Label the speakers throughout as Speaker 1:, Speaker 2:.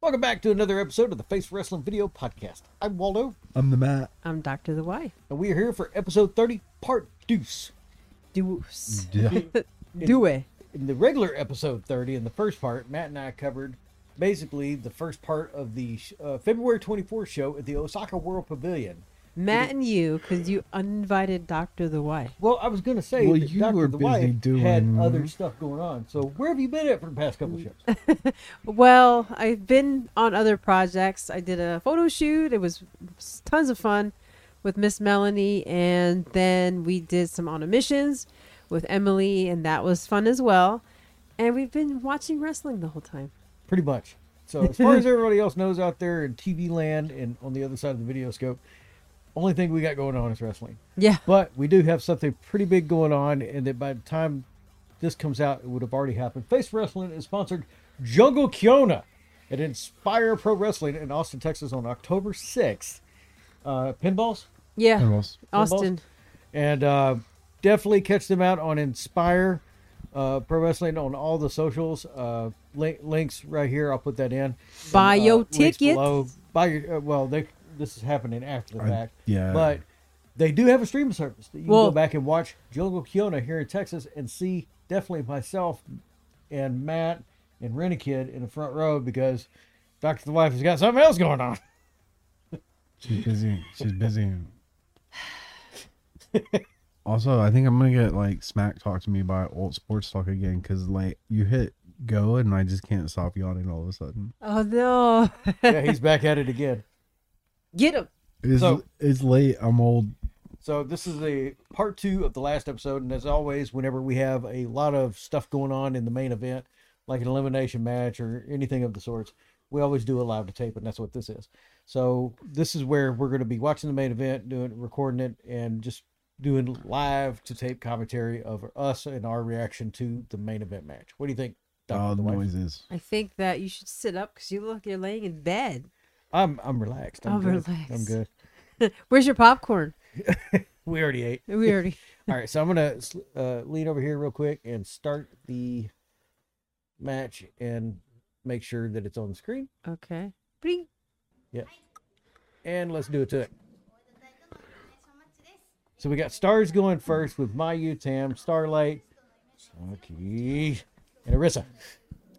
Speaker 1: Welcome back to another episode of the Face Wrestling Video Podcast. I'm Waldo,
Speaker 2: I'm the Matt.
Speaker 3: I'm Dr. The Y.
Speaker 1: and we are here for episode 30, part deuce.
Speaker 3: Deuce.
Speaker 2: Yeah.
Speaker 3: Due.
Speaker 1: In the regular episode 30, in the first part, Matt and I covered basically the first part of the sh- uh, February 24th show at the Osaka World Pavilion.
Speaker 3: Matt and you, because you uninvited Dr. The Y.
Speaker 1: Well, I was going to say
Speaker 2: Well,
Speaker 1: that
Speaker 2: you
Speaker 1: Dr.
Speaker 2: were
Speaker 1: the
Speaker 2: busy
Speaker 1: Wife had
Speaker 2: doing- Mm.
Speaker 1: other stuff going on. So where have you been at for the past couple shows?
Speaker 3: Well, I've been on other projects. I did a photo shoot. It was tons of fun with Miss Melanie. And then we did some on missions with Emily, and that was fun as well. And we've been watching wrestling the whole time.
Speaker 1: Pretty much. So as far as everybody else knows out there in TV land and on the other side of the video scope, only thing we got going on is wrestling.
Speaker 3: Yeah.
Speaker 1: But we do have something pretty big going on, and that by the time this comes out, it would have already happened. Face Wrestling is sponsored Jungle Kiona at Inspire Pro Wrestling in Austin, Texas on October 6th. Uh, pinballs,
Speaker 3: Yeah.
Speaker 2: Animals.
Speaker 3: Austin.
Speaker 1: and uh, definitely catch them out on Inspire uh, Pro Wrestling on all the socials. Uh, link, links right here. I'll put that in.
Speaker 3: Buy
Speaker 1: And, uh,
Speaker 3: your
Speaker 1: links
Speaker 3: tickets.
Speaker 1: below. Buy your. Uh, well, they, this is happening after the
Speaker 2: I-
Speaker 1: fact.
Speaker 2: yeah.
Speaker 1: But they do have a stream service that you
Speaker 3: Well-
Speaker 1: can go back and watch Jungle Kiona here in Texas and see definitely myself and Matt and Renekid in the front row because Doctor the Wife has got something else going on.
Speaker 2: She's busy. She's busy. also, I think I'm gonna get like smack talked to me by old sports talk again because like you hit go and I just can't stop yawning all of a sudden.
Speaker 3: Oh, no.
Speaker 1: yeah, he's back at it again.
Speaker 3: Get him.
Speaker 2: It's
Speaker 1: So-
Speaker 2: it's late. I'm old.
Speaker 1: So this is a part two of the last episode, and as always, whenever we have a lot of stuff going on in the main event, like an elimination match or anything of the sorts, we always do a live to tape, and that's what this is. So this is where we're going to be watching the main event, doing recording it, and just doing live to tape commentary of us and our reaction to the main event match. What do you think? Dr.
Speaker 2: Oh, the
Speaker 1: Dwight?
Speaker 2: noises.
Speaker 3: I think that you should sit up because you look, you're laying in bed.
Speaker 1: I'm I'm relaxed. I'm,
Speaker 3: I'm
Speaker 1: good. I'm
Speaker 3: relaxed.
Speaker 1: good.
Speaker 3: Where's your popcorn?
Speaker 1: We already ate.
Speaker 3: We already.
Speaker 1: All right, so I'm gonna s- uh, lean over here real quick and start the match and make sure that it's on the screen.
Speaker 3: Okay. Bring.
Speaker 1: And let's do it to it. So we got stars going first with Mayu, Tam, Starlight, Saki, and Arissa.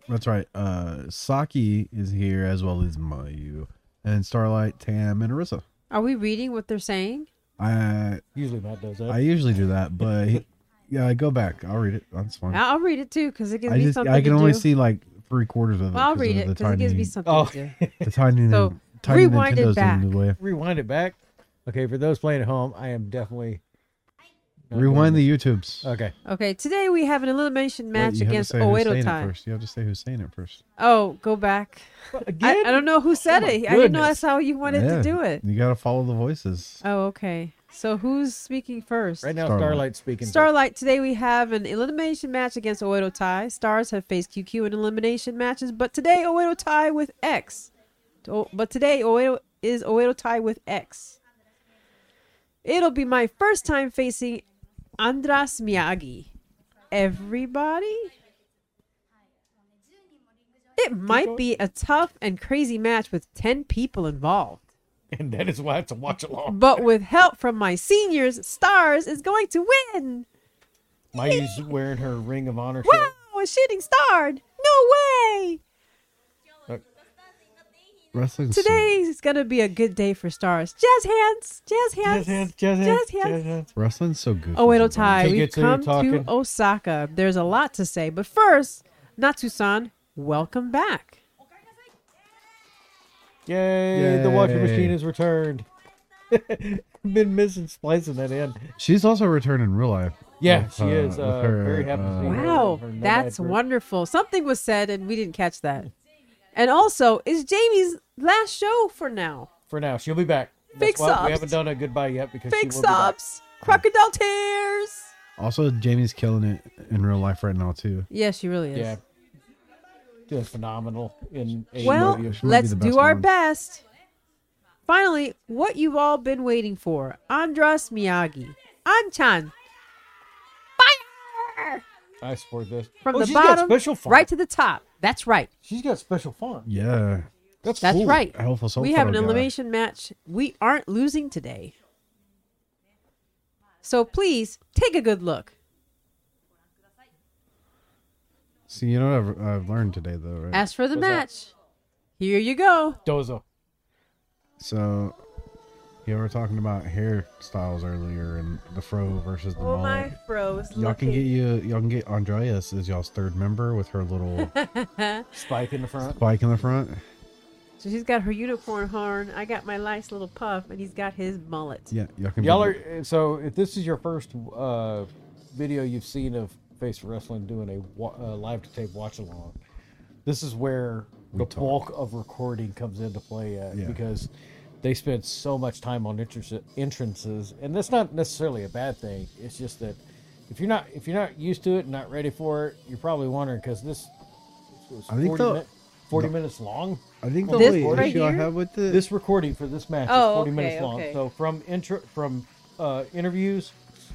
Speaker 2: That's right. Uh, Saki is here as well as Mayu and Starlight, Tam, and Arissa.
Speaker 3: Are we reading what they're saying?
Speaker 2: I
Speaker 1: Usually Matt does that.
Speaker 2: I usually do that, but he- yeah, go back. I'll read it. That's fine.
Speaker 3: I- I'll read it too because it gives
Speaker 2: I
Speaker 3: me
Speaker 2: just
Speaker 3: something
Speaker 2: I can
Speaker 3: to
Speaker 2: only
Speaker 3: do.
Speaker 2: see like three quarters of it.
Speaker 3: Well, I'll
Speaker 2: 'cause of
Speaker 3: read it
Speaker 2: the
Speaker 3: because it gives
Speaker 2: tiny-
Speaker 3: me something
Speaker 1: Oh.
Speaker 3: to do.
Speaker 2: the tiny
Speaker 3: So,
Speaker 2: tiny
Speaker 3: rewind it
Speaker 2: Nintendo's in
Speaker 3: back.
Speaker 2: the way.
Speaker 1: Rewind it back. Okay, for those playing at home, I am definitely not
Speaker 2: Rewind
Speaker 1: doing
Speaker 2: the YouTubes.
Speaker 1: this. Okay,
Speaker 3: Okay, today we have an elimination
Speaker 2: Wait,
Speaker 3: match
Speaker 2: you have to
Speaker 3: against
Speaker 2: say who's
Speaker 3: Oedo
Speaker 2: saying it
Speaker 3: Time.
Speaker 2: first. You have to say who's saying it first.
Speaker 3: Oh, go back. I,
Speaker 1: again.
Speaker 3: I don't know who said
Speaker 1: my
Speaker 3: it. I didn't know
Speaker 1: goodness.
Speaker 3: that's how you wanted
Speaker 2: Oh Yeah,
Speaker 3: to do it.
Speaker 2: You gotta follow the voices.
Speaker 3: Oh, okay. So who's speaking first?
Speaker 1: Right now,
Speaker 2: Starlight.
Speaker 1: Starlight's speaking. first.
Speaker 3: Starlight, today we have an elimination match against Oedo Tai. Stars have faced QQ in elimination matches, but today Oedo Tai with X. O- But today Oedo is Oedo Tai with X. It'll be my first time facing Andras Miyagi. Everybody? It might be a tough and crazy match with 10 people involved.
Speaker 1: and that is why it's a watch along.
Speaker 3: But with help from my seniors, Stars is going to win!
Speaker 1: Mayu's wearing her Ring of Honor shirt.
Speaker 3: Wow, a shooting star! No way!
Speaker 2: Wrestling
Speaker 3: Today is gonna be a good day for Stars. Jazz hands, jazz hands,
Speaker 1: Jazz hands, jazz hands,
Speaker 3: jazz hands.
Speaker 1: jazz hands.
Speaker 2: So, wrestling's so good.
Speaker 3: Oh, it'll tie. We've
Speaker 1: Tickets are
Speaker 3: come to
Speaker 1: talking.
Speaker 3: Osaka. There's a lot to say, but first, Natsu-san, welcome back.
Speaker 1: Yay, The washing machine
Speaker 2: Yay.
Speaker 1: has returned. Been missing splicing that in.
Speaker 2: She's also returned in real life.
Speaker 1: Yeah,
Speaker 2: with,
Speaker 1: she is.
Speaker 2: with
Speaker 1: Uh, very happy to see her.
Speaker 3: Wow,
Speaker 1: Her nomad
Speaker 3: that's
Speaker 1: group.
Speaker 3: wonderful. Something was said and we didn't catch that. And also, it's Jamie's last show for now.
Speaker 1: For now, she'll be back. That's
Speaker 3: Big
Speaker 1: why
Speaker 3: sobs.
Speaker 1: We haven't done a goodbye yet because
Speaker 3: Fake
Speaker 1: she will be back.
Speaker 3: sobs, crocodile tears.
Speaker 2: Also, Jamie's killing it in real life right now too.
Speaker 3: Yeah, she really is.
Speaker 1: Yeah, doing phenomenal in AEW.
Speaker 3: Well,
Speaker 2: might be- she might be
Speaker 3: let's
Speaker 2: the
Speaker 3: do
Speaker 2: best
Speaker 3: our
Speaker 2: one.
Speaker 3: best. Finally, what you've all been waiting for Andras Miyagi, Anchan. Fire!
Speaker 1: I support this
Speaker 3: From
Speaker 1: Oh,
Speaker 3: the
Speaker 1: she's got
Speaker 3: bottom
Speaker 1: special font.
Speaker 3: right to the top. That's right.
Speaker 1: She's got special font.
Speaker 2: Yeah,
Speaker 1: That's
Speaker 3: That's
Speaker 1: cool.
Speaker 3: right.
Speaker 2: helpful soul.
Speaker 3: we have an
Speaker 2: photo guy.
Speaker 3: elimination match. We aren't losing today. So please take a good look.
Speaker 2: See, you know what I've, I've learned today though, right?
Speaker 3: As for the
Speaker 1: What's that?
Speaker 3: match, here you go.
Speaker 1: Dozo.
Speaker 2: so, you were talking about hairstyles earlier and the fro versus the
Speaker 3: Oh my
Speaker 2: mullet.
Speaker 3: bros.
Speaker 2: Y'all can get you. Y'all can get Andreas as y'all's third member with her little
Speaker 1: Spike in the front.
Speaker 2: bike in the front.
Speaker 3: So she's got her unicorn horn. I got my nice little puff, and he's got his mullet.
Speaker 2: Yeah, y'all can.
Speaker 1: Y'all
Speaker 2: be-
Speaker 1: are uh, so. If this is your first uh, video you've seen of Face Wrestling doing a wa- uh, live to tape watch along, this is where the
Speaker 2: talk.
Speaker 1: bulk of recording comes into play at,
Speaker 2: Yeah.
Speaker 1: because they spend so much time on entrance, entrances, and that's not necessarily a bad thing. It's just that if you're not if you're not used to it and not ready for it, you're probably wondering because this was
Speaker 2: I think
Speaker 1: 40,
Speaker 2: the-
Speaker 1: minute- 40 minutes long.
Speaker 2: I think the
Speaker 3: This
Speaker 2: only
Speaker 3: right
Speaker 2: issue I
Speaker 3: here?
Speaker 2: have with it.
Speaker 1: This recording for this match
Speaker 3: Oh,
Speaker 1: is 40
Speaker 3: okay,
Speaker 1: minutes long.
Speaker 3: okay.
Speaker 1: So from intro, from uh, interviews,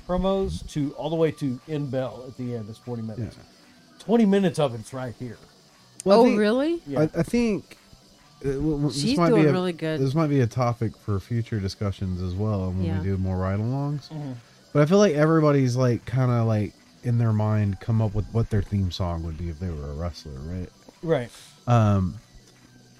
Speaker 1: promos to all the way to end bell at the end is 40 minutes. 20 minutes of it's right here.
Speaker 2: Well, I
Speaker 3: oh,
Speaker 2: think-
Speaker 3: really?
Speaker 1: Yeah.
Speaker 2: I, I think uh, w- w- this
Speaker 3: She's
Speaker 2: might be
Speaker 3: doing
Speaker 2: a-
Speaker 3: really good.
Speaker 2: This might be a topic for future discussions as well when
Speaker 3: Yeah.
Speaker 2: we do more ride-alongs.
Speaker 1: Mm-hmm.
Speaker 2: But I feel like everybody's like kind of like in their mind come up with what their theme song would be if they were a wrestler, right?
Speaker 1: Right.
Speaker 2: Um,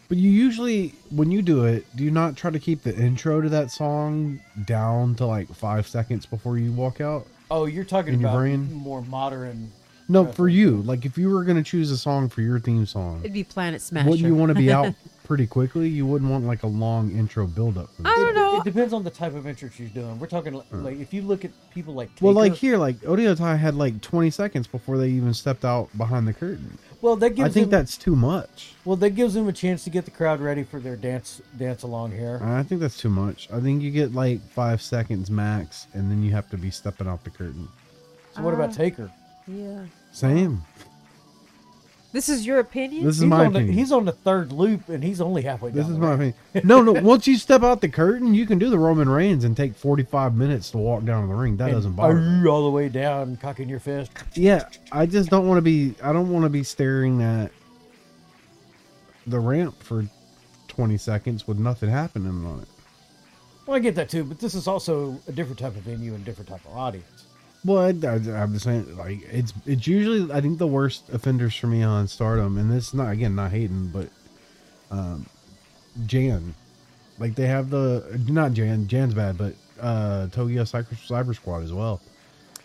Speaker 2: But you usually when you do it, do you not try to keep the intro to that song down to like five seconds before you walk out?
Speaker 1: Oh, you're talking
Speaker 2: In your
Speaker 1: about
Speaker 2: brain?
Speaker 1: more modern.
Speaker 2: No, for you, like if you were gonna choose a song for your theme song,
Speaker 3: It'd be Planet Smasher.
Speaker 2: wouldn't you want to be out pretty quickly? You wouldn't want like a long intro buildup. for
Speaker 3: I
Speaker 2: this.
Speaker 3: don't know.
Speaker 1: It depends on the type of interest you're doing. We're talking like, like if you look at people like Taker,
Speaker 2: Well, like here, like Odeotai had like 20 seconds before they even stepped out behind the curtain.
Speaker 1: well that gives
Speaker 2: I think
Speaker 1: them,
Speaker 2: that's too much.
Speaker 1: well that gives them a chance to get the crowd ready for their dance dance along here.
Speaker 2: I think that's too much. I think you get like five seconds max, and then you have to be stepping out the curtain.
Speaker 1: So what about
Speaker 3: Ah.
Speaker 1: Taker?
Speaker 3: Yeah.
Speaker 2: Same.
Speaker 3: This is your opinion?
Speaker 2: This is
Speaker 1: he's
Speaker 2: my
Speaker 1: on the,
Speaker 2: opinion.
Speaker 1: he's on the third loop and he's only halfway down.
Speaker 2: this is
Speaker 1: the
Speaker 2: my
Speaker 1: ramp.
Speaker 2: opinion. No, no. Once you step out the curtain, you can do the Roman Reigns and take 45 minutes to walk down to the ring. That
Speaker 1: And
Speaker 2: doesn't bother. me.
Speaker 1: "Arr," all the way down, cocking your fist.
Speaker 2: Yeah, I just don't want to be. I don't want to be staring at the ramp for 20 seconds with nothing happening on it.
Speaker 1: Well, I get that too, but this is also a different type of venue and different type of audience.
Speaker 2: Well, I, am just saying, like it's it's usually I think the worst offenders for me on Stardom, and this is not again not hating, but um, Jan, like they have the not Jan Jan's bad, but uh, Tokyo Cyber, Cyber Squad as well.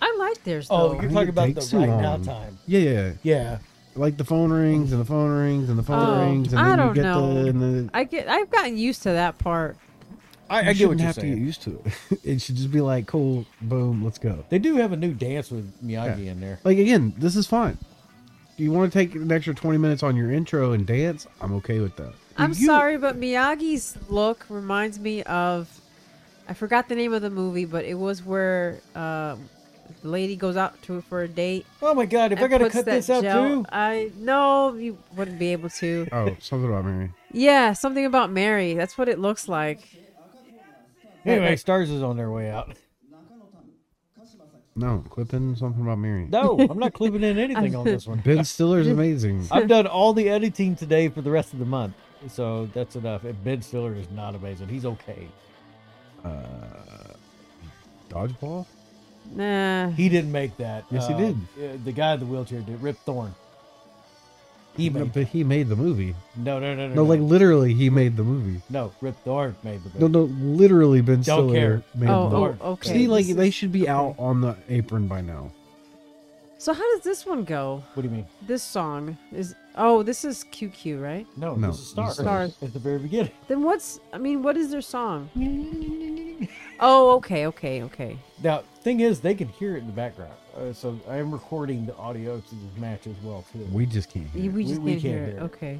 Speaker 3: I like theirs,
Speaker 1: Oh,
Speaker 3: though.
Speaker 1: you're
Speaker 2: think
Speaker 1: talking
Speaker 2: it
Speaker 1: about
Speaker 2: takes
Speaker 1: the
Speaker 2: too
Speaker 1: right now
Speaker 2: long.
Speaker 1: time.
Speaker 2: Yeah, yeah,
Speaker 1: Yeah,
Speaker 2: like the phone rings and the phone rings and the phone
Speaker 3: Oh,
Speaker 2: rings, and
Speaker 3: I
Speaker 2: then
Speaker 3: don't
Speaker 2: you get
Speaker 3: know.
Speaker 2: the and the.
Speaker 3: I get, I've gotten used to that part.
Speaker 1: I,
Speaker 2: you
Speaker 1: I get what
Speaker 2: shouldn't
Speaker 1: you're
Speaker 2: have to get
Speaker 1: saying.
Speaker 2: used to it. it should just be like, cool, boom, let's go.
Speaker 1: They do have a new dance with Miyagi
Speaker 2: Yeah.
Speaker 1: in there.
Speaker 2: Like again, this is fine. Do you want to take an extra 20 minutes on your intro and dance? I'm okay with that.
Speaker 3: I'm
Speaker 1: you-
Speaker 3: sorry, but Miyagi's look reminds me of. I forgot the name of the movie, but it was where uh, the lady goes out to for a date.
Speaker 1: Oh my god, if I
Speaker 3: and
Speaker 1: gotta
Speaker 3: puts
Speaker 1: cut
Speaker 3: that
Speaker 1: this out
Speaker 3: gel-
Speaker 1: too,
Speaker 3: I no, you wouldn't be able to.
Speaker 2: Oh, something about Mary.
Speaker 3: Yeah, something about Mary. That's what it looks like.
Speaker 1: anyway, Stars is on their way out.
Speaker 2: No, Clippin, something about Mary.
Speaker 1: No, I'm not clipping in anything on this one.
Speaker 2: Ben Stiller's amazing.
Speaker 1: I've done all the editing today for the rest of the month, so that's enough. And Ben Stiller is not amazing. He's okay.
Speaker 2: Dodgeball?
Speaker 3: Nah.
Speaker 1: He didn't make that.
Speaker 2: Yes, he
Speaker 1: did. the guy in the wheelchair did. Rip Thorn. He
Speaker 2: No,
Speaker 1: made.
Speaker 2: but he made the movie.
Speaker 1: No, no, no, no.
Speaker 2: No, like literally, he made the movie.
Speaker 1: No, Rip Thorne made the
Speaker 2: No,
Speaker 1: movie.
Speaker 2: no, literally, Ben
Speaker 1: Don't
Speaker 2: Stiller
Speaker 1: care.
Speaker 2: made
Speaker 3: Oh,
Speaker 2: the
Speaker 1: Lord.
Speaker 2: movie.
Speaker 3: oh, okay.
Speaker 2: See, like
Speaker 3: This
Speaker 2: they
Speaker 3: is-
Speaker 2: should be out on the apron by now.
Speaker 3: So how does this one go?
Speaker 1: What do you mean?
Speaker 3: This song is. Oh, this is QQ, right?
Speaker 1: No,
Speaker 2: No,
Speaker 1: this is Star.
Speaker 2: this is Stars.
Speaker 1: At the very beginning.
Speaker 3: Then what's? I mean, what is their song? Oh, okay, okay, okay.
Speaker 1: Now, thing is, they can hear it in the background, uh, so I am recording the audio to this match as well too.
Speaker 2: We just can't hear.
Speaker 3: We,
Speaker 2: it.
Speaker 3: we just
Speaker 1: we
Speaker 3: can't
Speaker 1: can't
Speaker 3: hear it.
Speaker 1: hear it.
Speaker 3: Okay.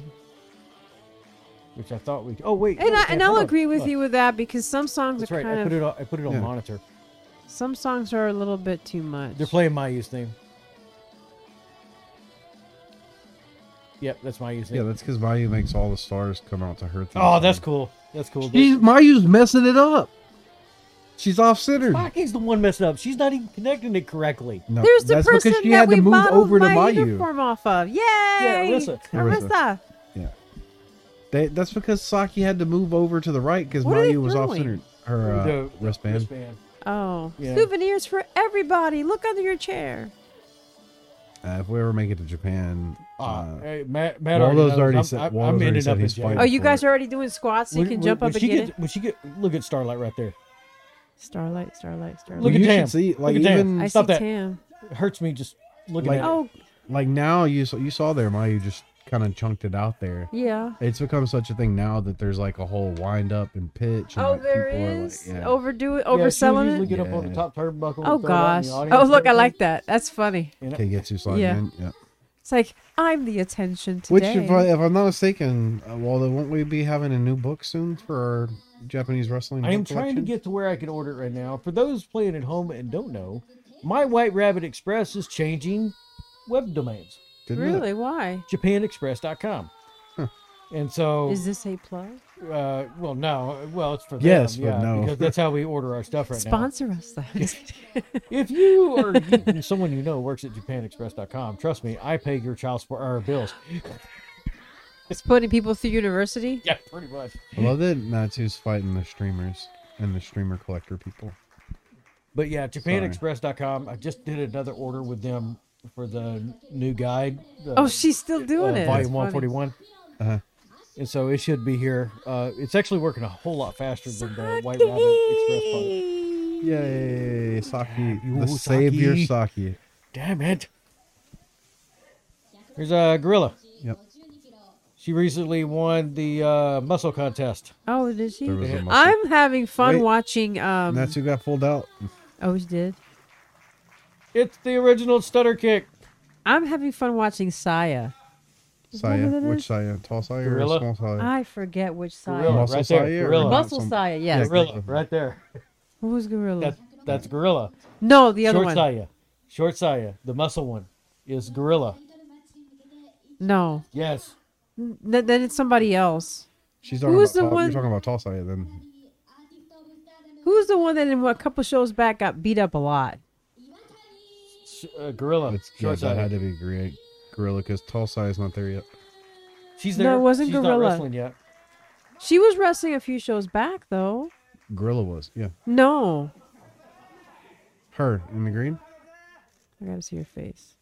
Speaker 1: which I thought we. Oh wait,
Speaker 3: And
Speaker 1: no,
Speaker 3: I
Speaker 1: we
Speaker 3: and
Speaker 1: can't.
Speaker 3: I'll
Speaker 1: Hold on.
Speaker 3: agree with
Speaker 1: Look,
Speaker 3: you with that because some songs
Speaker 1: That's
Speaker 3: are
Speaker 1: right. I
Speaker 3: kind
Speaker 1: put
Speaker 3: of
Speaker 1: it on. I put it on
Speaker 2: Yeah.
Speaker 1: monitor.
Speaker 3: some songs are a little bit too much.
Speaker 1: They're playing my use theme. Yep, that's my use
Speaker 2: Yeah,
Speaker 1: theme.
Speaker 2: that's because Mayu makes all the stars come out to her. theme
Speaker 1: oh, that's
Speaker 2: song.
Speaker 1: cool. That's cool.
Speaker 2: She's, Mayu's messing it up. She's off centered.
Speaker 1: Maki's the one messing up. She's not even connecting it correctly.
Speaker 2: No,
Speaker 3: There's the
Speaker 2: that's
Speaker 3: person
Speaker 2: because she
Speaker 3: that
Speaker 2: had
Speaker 3: we
Speaker 2: to move
Speaker 3: modeled
Speaker 2: over to
Speaker 3: my
Speaker 2: Mayu.
Speaker 3: uniform off of. Yay!
Speaker 1: Arisa.
Speaker 3: Arisa.
Speaker 2: They, that's because Saki had to move over to the right because
Speaker 3: What are they
Speaker 2: Mayu was off centered.
Speaker 3: doing?
Speaker 2: Her uh,
Speaker 1: The- the
Speaker 2: wristband.
Speaker 3: Oh,
Speaker 1: Yeah.
Speaker 3: souvenirs for everybody. Look under your chair.
Speaker 2: Uh, if we ever make it to Japan, uh,
Speaker 1: Ah, hey, Matt, Matt already,
Speaker 2: Waldo's
Speaker 1: knows.
Speaker 2: already
Speaker 1: I'm,
Speaker 2: said-
Speaker 1: I'm,
Speaker 2: Waldo's
Speaker 1: I'm
Speaker 2: already
Speaker 1: ending
Speaker 2: said
Speaker 1: up in
Speaker 2: he's
Speaker 1: jail.
Speaker 2: fighting.
Speaker 3: Oh, you
Speaker 2: for
Speaker 3: guys
Speaker 2: it.
Speaker 3: are already doing squats, so you
Speaker 1: When-
Speaker 3: can jump
Speaker 1: when- when
Speaker 3: up and
Speaker 1: she
Speaker 3: get,
Speaker 1: get,
Speaker 3: it.
Speaker 1: When she get, look at Starlight right there.
Speaker 3: Starlight, starlight, starlight.
Speaker 1: Look
Speaker 2: you
Speaker 1: at Tam.
Speaker 2: should see like
Speaker 1: Look at Tam.
Speaker 2: even
Speaker 3: I
Speaker 1: stop
Speaker 3: see
Speaker 1: that.
Speaker 3: Tam.
Speaker 1: It hurts me just looking
Speaker 2: Like-
Speaker 1: at it.
Speaker 3: Oh,
Speaker 2: like now you saw, you saw there Mayu just kind of chunked it out there.
Speaker 3: yeah.
Speaker 2: It's become such a thing now that there's like a whole wind up and pitch. And
Speaker 3: Oh,
Speaker 2: like,
Speaker 3: there
Speaker 2: people are, like,
Speaker 3: is.
Speaker 2: yeah.
Speaker 3: Overdo it,
Speaker 1: Yeah, she would
Speaker 3: Oh, overselling
Speaker 1: usually
Speaker 3: it.
Speaker 1: get up on the
Speaker 2: Yeah.
Speaker 1: top turnbuckle. and throw
Speaker 3: Oh,
Speaker 1: it out in
Speaker 3: gosh.
Speaker 1: the audience
Speaker 3: Oh,
Speaker 1: and
Speaker 3: look, I
Speaker 1: everything.
Speaker 3: like that. That's funny.
Speaker 1: You know,
Speaker 2: Kagetsu slide
Speaker 3: Yeah.
Speaker 2: in. Yeah.
Speaker 3: It's like, I'm the attention
Speaker 2: Which,
Speaker 3: today.
Speaker 2: if, I, if I'm not mistaken, uh, Waldo, won't we be having a new book soon for our Japanese wrestling?
Speaker 1: I am
Speaker 2: book
Speaker 1: trying to
Speaker 2: collection?
Speaker 1: get to where I can order it right now. For those playing at home and don't know, my White Rabbit Express is changing web domains.
Speaker 2: Didn't it?
Speaker 3: really? Why?
Speaker 1: JapanExpress.com.
Speaker 2: Huh.
Speaker 1: And so,
Speaker 3: Is this a plug?
Speaker 1: uh, well, no, well, it's for them,
Speaker 2: Yes, but
Speaker 1: yeah,
Speaker 2: no.
Speaker 1: because that's how we order our stuff right
Speaker 3: Sponsor us, then.
Speaker 1: now. If you or you- someone you know works at JapanExpress.com, trust me, I pay your child support or bills.
Speaker 3: it's putting people through university.
Speaker 1: Yeah, pretty much.
Speaker 2: I love that Natsu's fighting the streamers and the streamer collector people.
Speaker 1: But yeah, JapanExpress.com. I just did another order with them for the new guide. the-
Speaker 3: Oh, she's still doing
Speaker 1: uh,
Speaker 3: it. That's
Speaker 1: volume
Speaker 3: funny.
Speaker 1: 141.
Speaker 2: Uh-huh.
Speaker 1: And so it should be here. Uh, it's actually working a whole lot faster than the White Rabbit Express product.
Speaker 2: Yay, Saki,
Speaker 1: You
Speaker 2: the
Speaker 1: Saki.
Speaker 2: savior Saki.
Speaker 1: Damn it. Here's a gorilla.
Speaker 2: Yep,
Speaker 1: She recently won the uh, muscle contest.
Speaker 3: Oh, did
Speaker 2: there was
Speaker 3: she?
Speaker 2: a muscle.
Speaker 3: I'm having fun
Speaker 2: Wait.
Speaker 3: watching. Um,
Speaker 2: Natsu got pulled out.
Speaker 3: oh, she did.
Speaker 1: It's the original stutter kick.
Speaker 3: I'm having fun watching Saya.
Speaker 2: Saya,
Speaker 3: Remember that
Speaker 2: which
Speaker 3: is?
Speaker 2: Saya? Tall Saya or
Speaker 1: Gorilla?
Speaker 2: small Saya?
Speaker 3: I forget which Saya.
Speaker 1: Gorilla.
Speaker 2: Muscle
Speaker 1: right there,
Speaker 2: Saya or
Speaker 1: gorilla.
Speaker 2: not?
Speaker 3: Muscle
Speaker 2: Some-
Speaker 3: Saya, yes.
Speaker 2: Yeah,
Speaker 1: Gorilla, right there.
Speaker 3: Who was Gorilla?
Speaker 1: That's that's gorilla.
Speaker 3: no, the other
Speaker 1: Short
Speaker 3: one.
Speaker 1: Saya. Short Saya, the muscle one, is gorilla.
Speaker 3: No,
Speaker 1: Yes.
Speaker 3: N- then it's somebody else.
Speaker 2: She's talking
Speaker 3: Who's
Speaker 2: about,
Speaker 3: the
Speaker 2: tall-
Speaker 3: one-
Speaker 2: You're talking about Tall Saya then.
Speaker 3: Who's the one that in a couple shows back got beat up a lot?
Speaker 1: Sh- uh,
Speaker 3: Oh,
Speaker 1: gorilla.
Speaker 2: It's, yeah,
Speaker 1: Short
Speaker 2: that had
Speaker 1: Saya.
Speaker 2: to be great. Gorilla because Tall Saya's not there yet.
Speaker 1: She's
Speaker 3: No,
Speaker 1: there.
Speaker 3: it wasn't
Speaker 1: She's
Speaker 3: gorilla.
Speaker 1: not wrestling yet.
Speaker 3: She was wrestling a few shows back though.
Speaker 2: Gorilla was, yeah.
Speaker 3: No,
Speaker 2: Her in the green.
Speaker 3: I gotta see your face.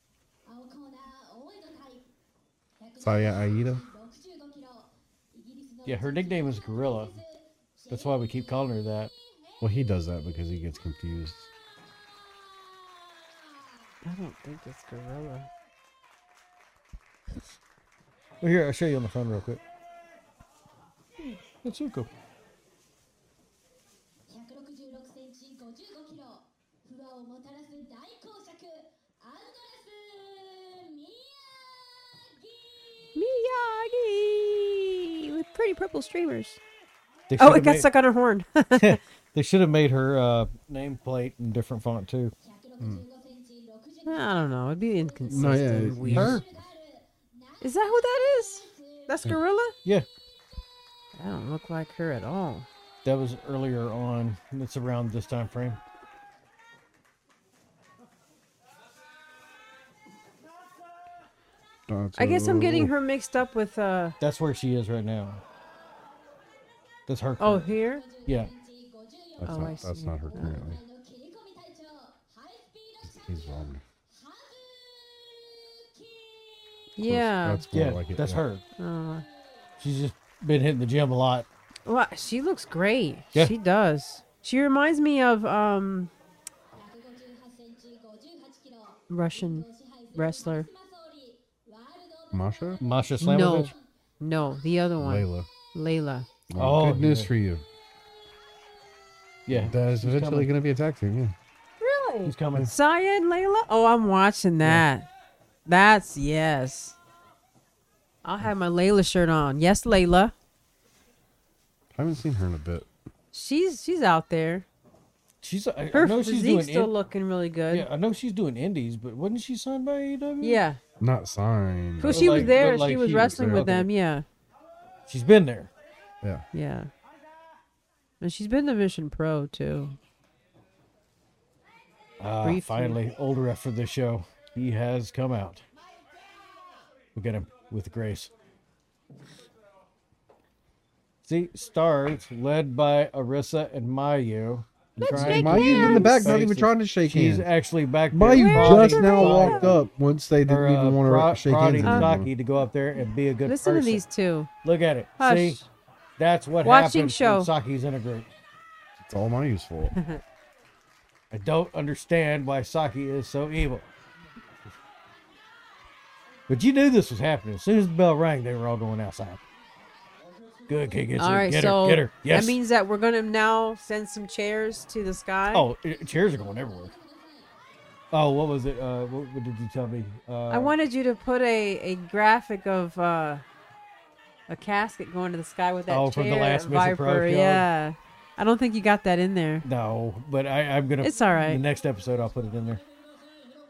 Speaker 2: Saya Aida.
Speaker 1: Yeah, her nickname is Gorilla. That's why we keep calling her that.
Speaker 2: Well, he does that because he gets confused.
Speaker 3: I don't think it's Gorilla.
Speaker 1: Well, here, I'll show you on the phone real quick. That's so cool.
Speaker 3: Miyagi with pretty purple streamers.
Speaker 1: They
Speaker 3: Oh,
Speaker 1: should've
Speaker 3: it got
Speaker 1: made-
Speaker 3: stuck on her horn.
Speaker 1: They should have made her uh, nameplate in different font too.
Speaker 3: I don't know. It'd be
Speaker 2: No, yeah,
Speaker 3: inconsistent.
Speaker 2: you
Speaker 3: weird.
Speaker 2: just-
Speaker 3: Is that who that is? That's Gorilla?
Speaker 1: Yeah,
Speaker 3: I don't look like her at all.
Speaker 1: that was earlier on. and It's around this time frame.
Speaker 3: I guess I'm getting
Speaker 2: Natsu.
Speaker 3: her mixed up with uh
Speaker 1: That's where she is right now. That's her.
Speaker 3: oh
Speaker 1: current-
Speaker 3: here.
Speaker 1: yeah.
Speaker 2: That's,
Speaker 3: Oh, I
Speaker 2: not, that's
Speaker 3: see.
Speaker 2: not her currently. He's wrong.
Speaker 3: Yeah.
Speaker 2: That's more
Speaker 1: Yeah,
Speaker 2: like it,
Speaker 1: that's
Speaker 2: yeah.
Speaker 1: her.
Speaker 3: Uh,
Speaker 1: She's just been hitting the gym a lot.
Speaker 3: well, she looks great.
Speaker 1: Yeah.
Speaker 3: She does. She reminds me of um Russian wrestler.
Speaker 2: Masha?
Speaker 1: Masha
Speaker 3: No.
Speaker 1: Slamovich.
Speaker 3: No, the other one.
Speaker 2: Layla.
Speaker 3: Layla.
Speaker 2: Oh,
Speaker 1: Oh,
Speaker 2: good news
Speaker 1: yeah.
Speaker 2: for you.
Speaker 1: Yeah.
Speaker 2: That is
Speaker 1: He's
Speaker 2: eventually
Speaker 1: coming.
Speaker 2: going to be a tag team. Yeah.
Speaker 3: Really?
Speaker 1: He's coming.
Speaker 3: Saya and Layla? Oh, I'm watching that. That's yes. I'll have my Layla shirt on. Yes, Layla.
Speaker 2: I haven't seen her in a bit.
Speaker 3: She's she's out there.
Speaker 1: She's. I, I
Speaker 3: Her
Speaker 1: know she's doing.
Speaker 3: physique's still
Speaker 1: in-
Speaker 3: looking really good.
Speaker 1: yeah, I know she's doing indies, but wasn't she signed by E AEW?
Speaker 3: Yeah.
Speaker 2: Not signed.
Speaker 3: Well,
Speaker 1: But
Speaker 3: she was
Speaker 1: like-
Speaker 3: there.
Speaker 1: but like
Speaker 3: she was
Speaker 1: he was
Speaker 3: wrestling
Speaker 2: there.
Speaker 3: with
Speaker 1: Okay.
Speaker 3: them. Yeah.
Speaker 1: She's been there.
Speaker 2: Yeah.
Speaker 3: Yeah. And she's been to Mission Pro too.
Speaker 1: Ah,
Speaker 3: Briefly.
Speaker 1: Uh, finally, old ref for this show. He has come out. We got him with grace. See, Stars, led by Arissa and Mayu. Let's
Speaker 2: Mayu's in the back, not even trying to shake
Speaker 1: She's
Speaker 2: hands.
Speaker 1: actually back there.
Speaker 2: Mayu
Speaker 1: prodding-
Speaker 2: just now
Speaker 1: prodding-
Speaker 2: walked up once they didn't
Speaker 1: or, uh,
Speaker 2: even want to
Speaker 1: prod-
Speaker 2: shake
Speaker 1: prodding
Speaker 2: hands.
Speaker 1: Saki
Speaker 2: anymore.
Speaker 1: to go up there and be a good
Speaker 3: Listen
Speaker 1: person.
Speaker 3: to these two.
Speaker 1: Look at it. See,
Speaker 3: Hush.
Speaker 1: that's what
Speaker 3: Watching
Speaker 1: happens
Speaker 3: show.
Speaker 1: when Saki's in a group.
Speaker 2: Mm-hmm. It's all Mayu's fault.
Speaker 1: I don't understand why Saki is so evil. But you knew this was happening. As soon as the bell rang, they were all going outside. Good kid, gets
Speaker 3: All
Speaker 1: her.
Speaker 3: right,
Speaker 1: get
Speaker 3: so
Speaker 1: her, get her. Yes.
Speaker 3: that means that we're gonna now send some chairs to the sky.
Speaker 1: oh, i- chairs are going everywhere. Oh, what was it? Uh, what, what did you tell me? Uh,
Speaker 3: I wanted you to put a, a graphic of uh, a casket going to the sky with that
Speaker 1: Oh,
Speaker 3: chair.
Speaker 1: from the last
Speaker 3: and
Speaker 1: Mission Pro
Speaker 3: Viper.
Speaker 1: show?
Speaker 3: Yeah, I don't think you got that in there.
Speaker 1: No, but I, I'm gonna.
Speaker 3: It's all right.
Speaker 1: The next episode, I'll put it in there.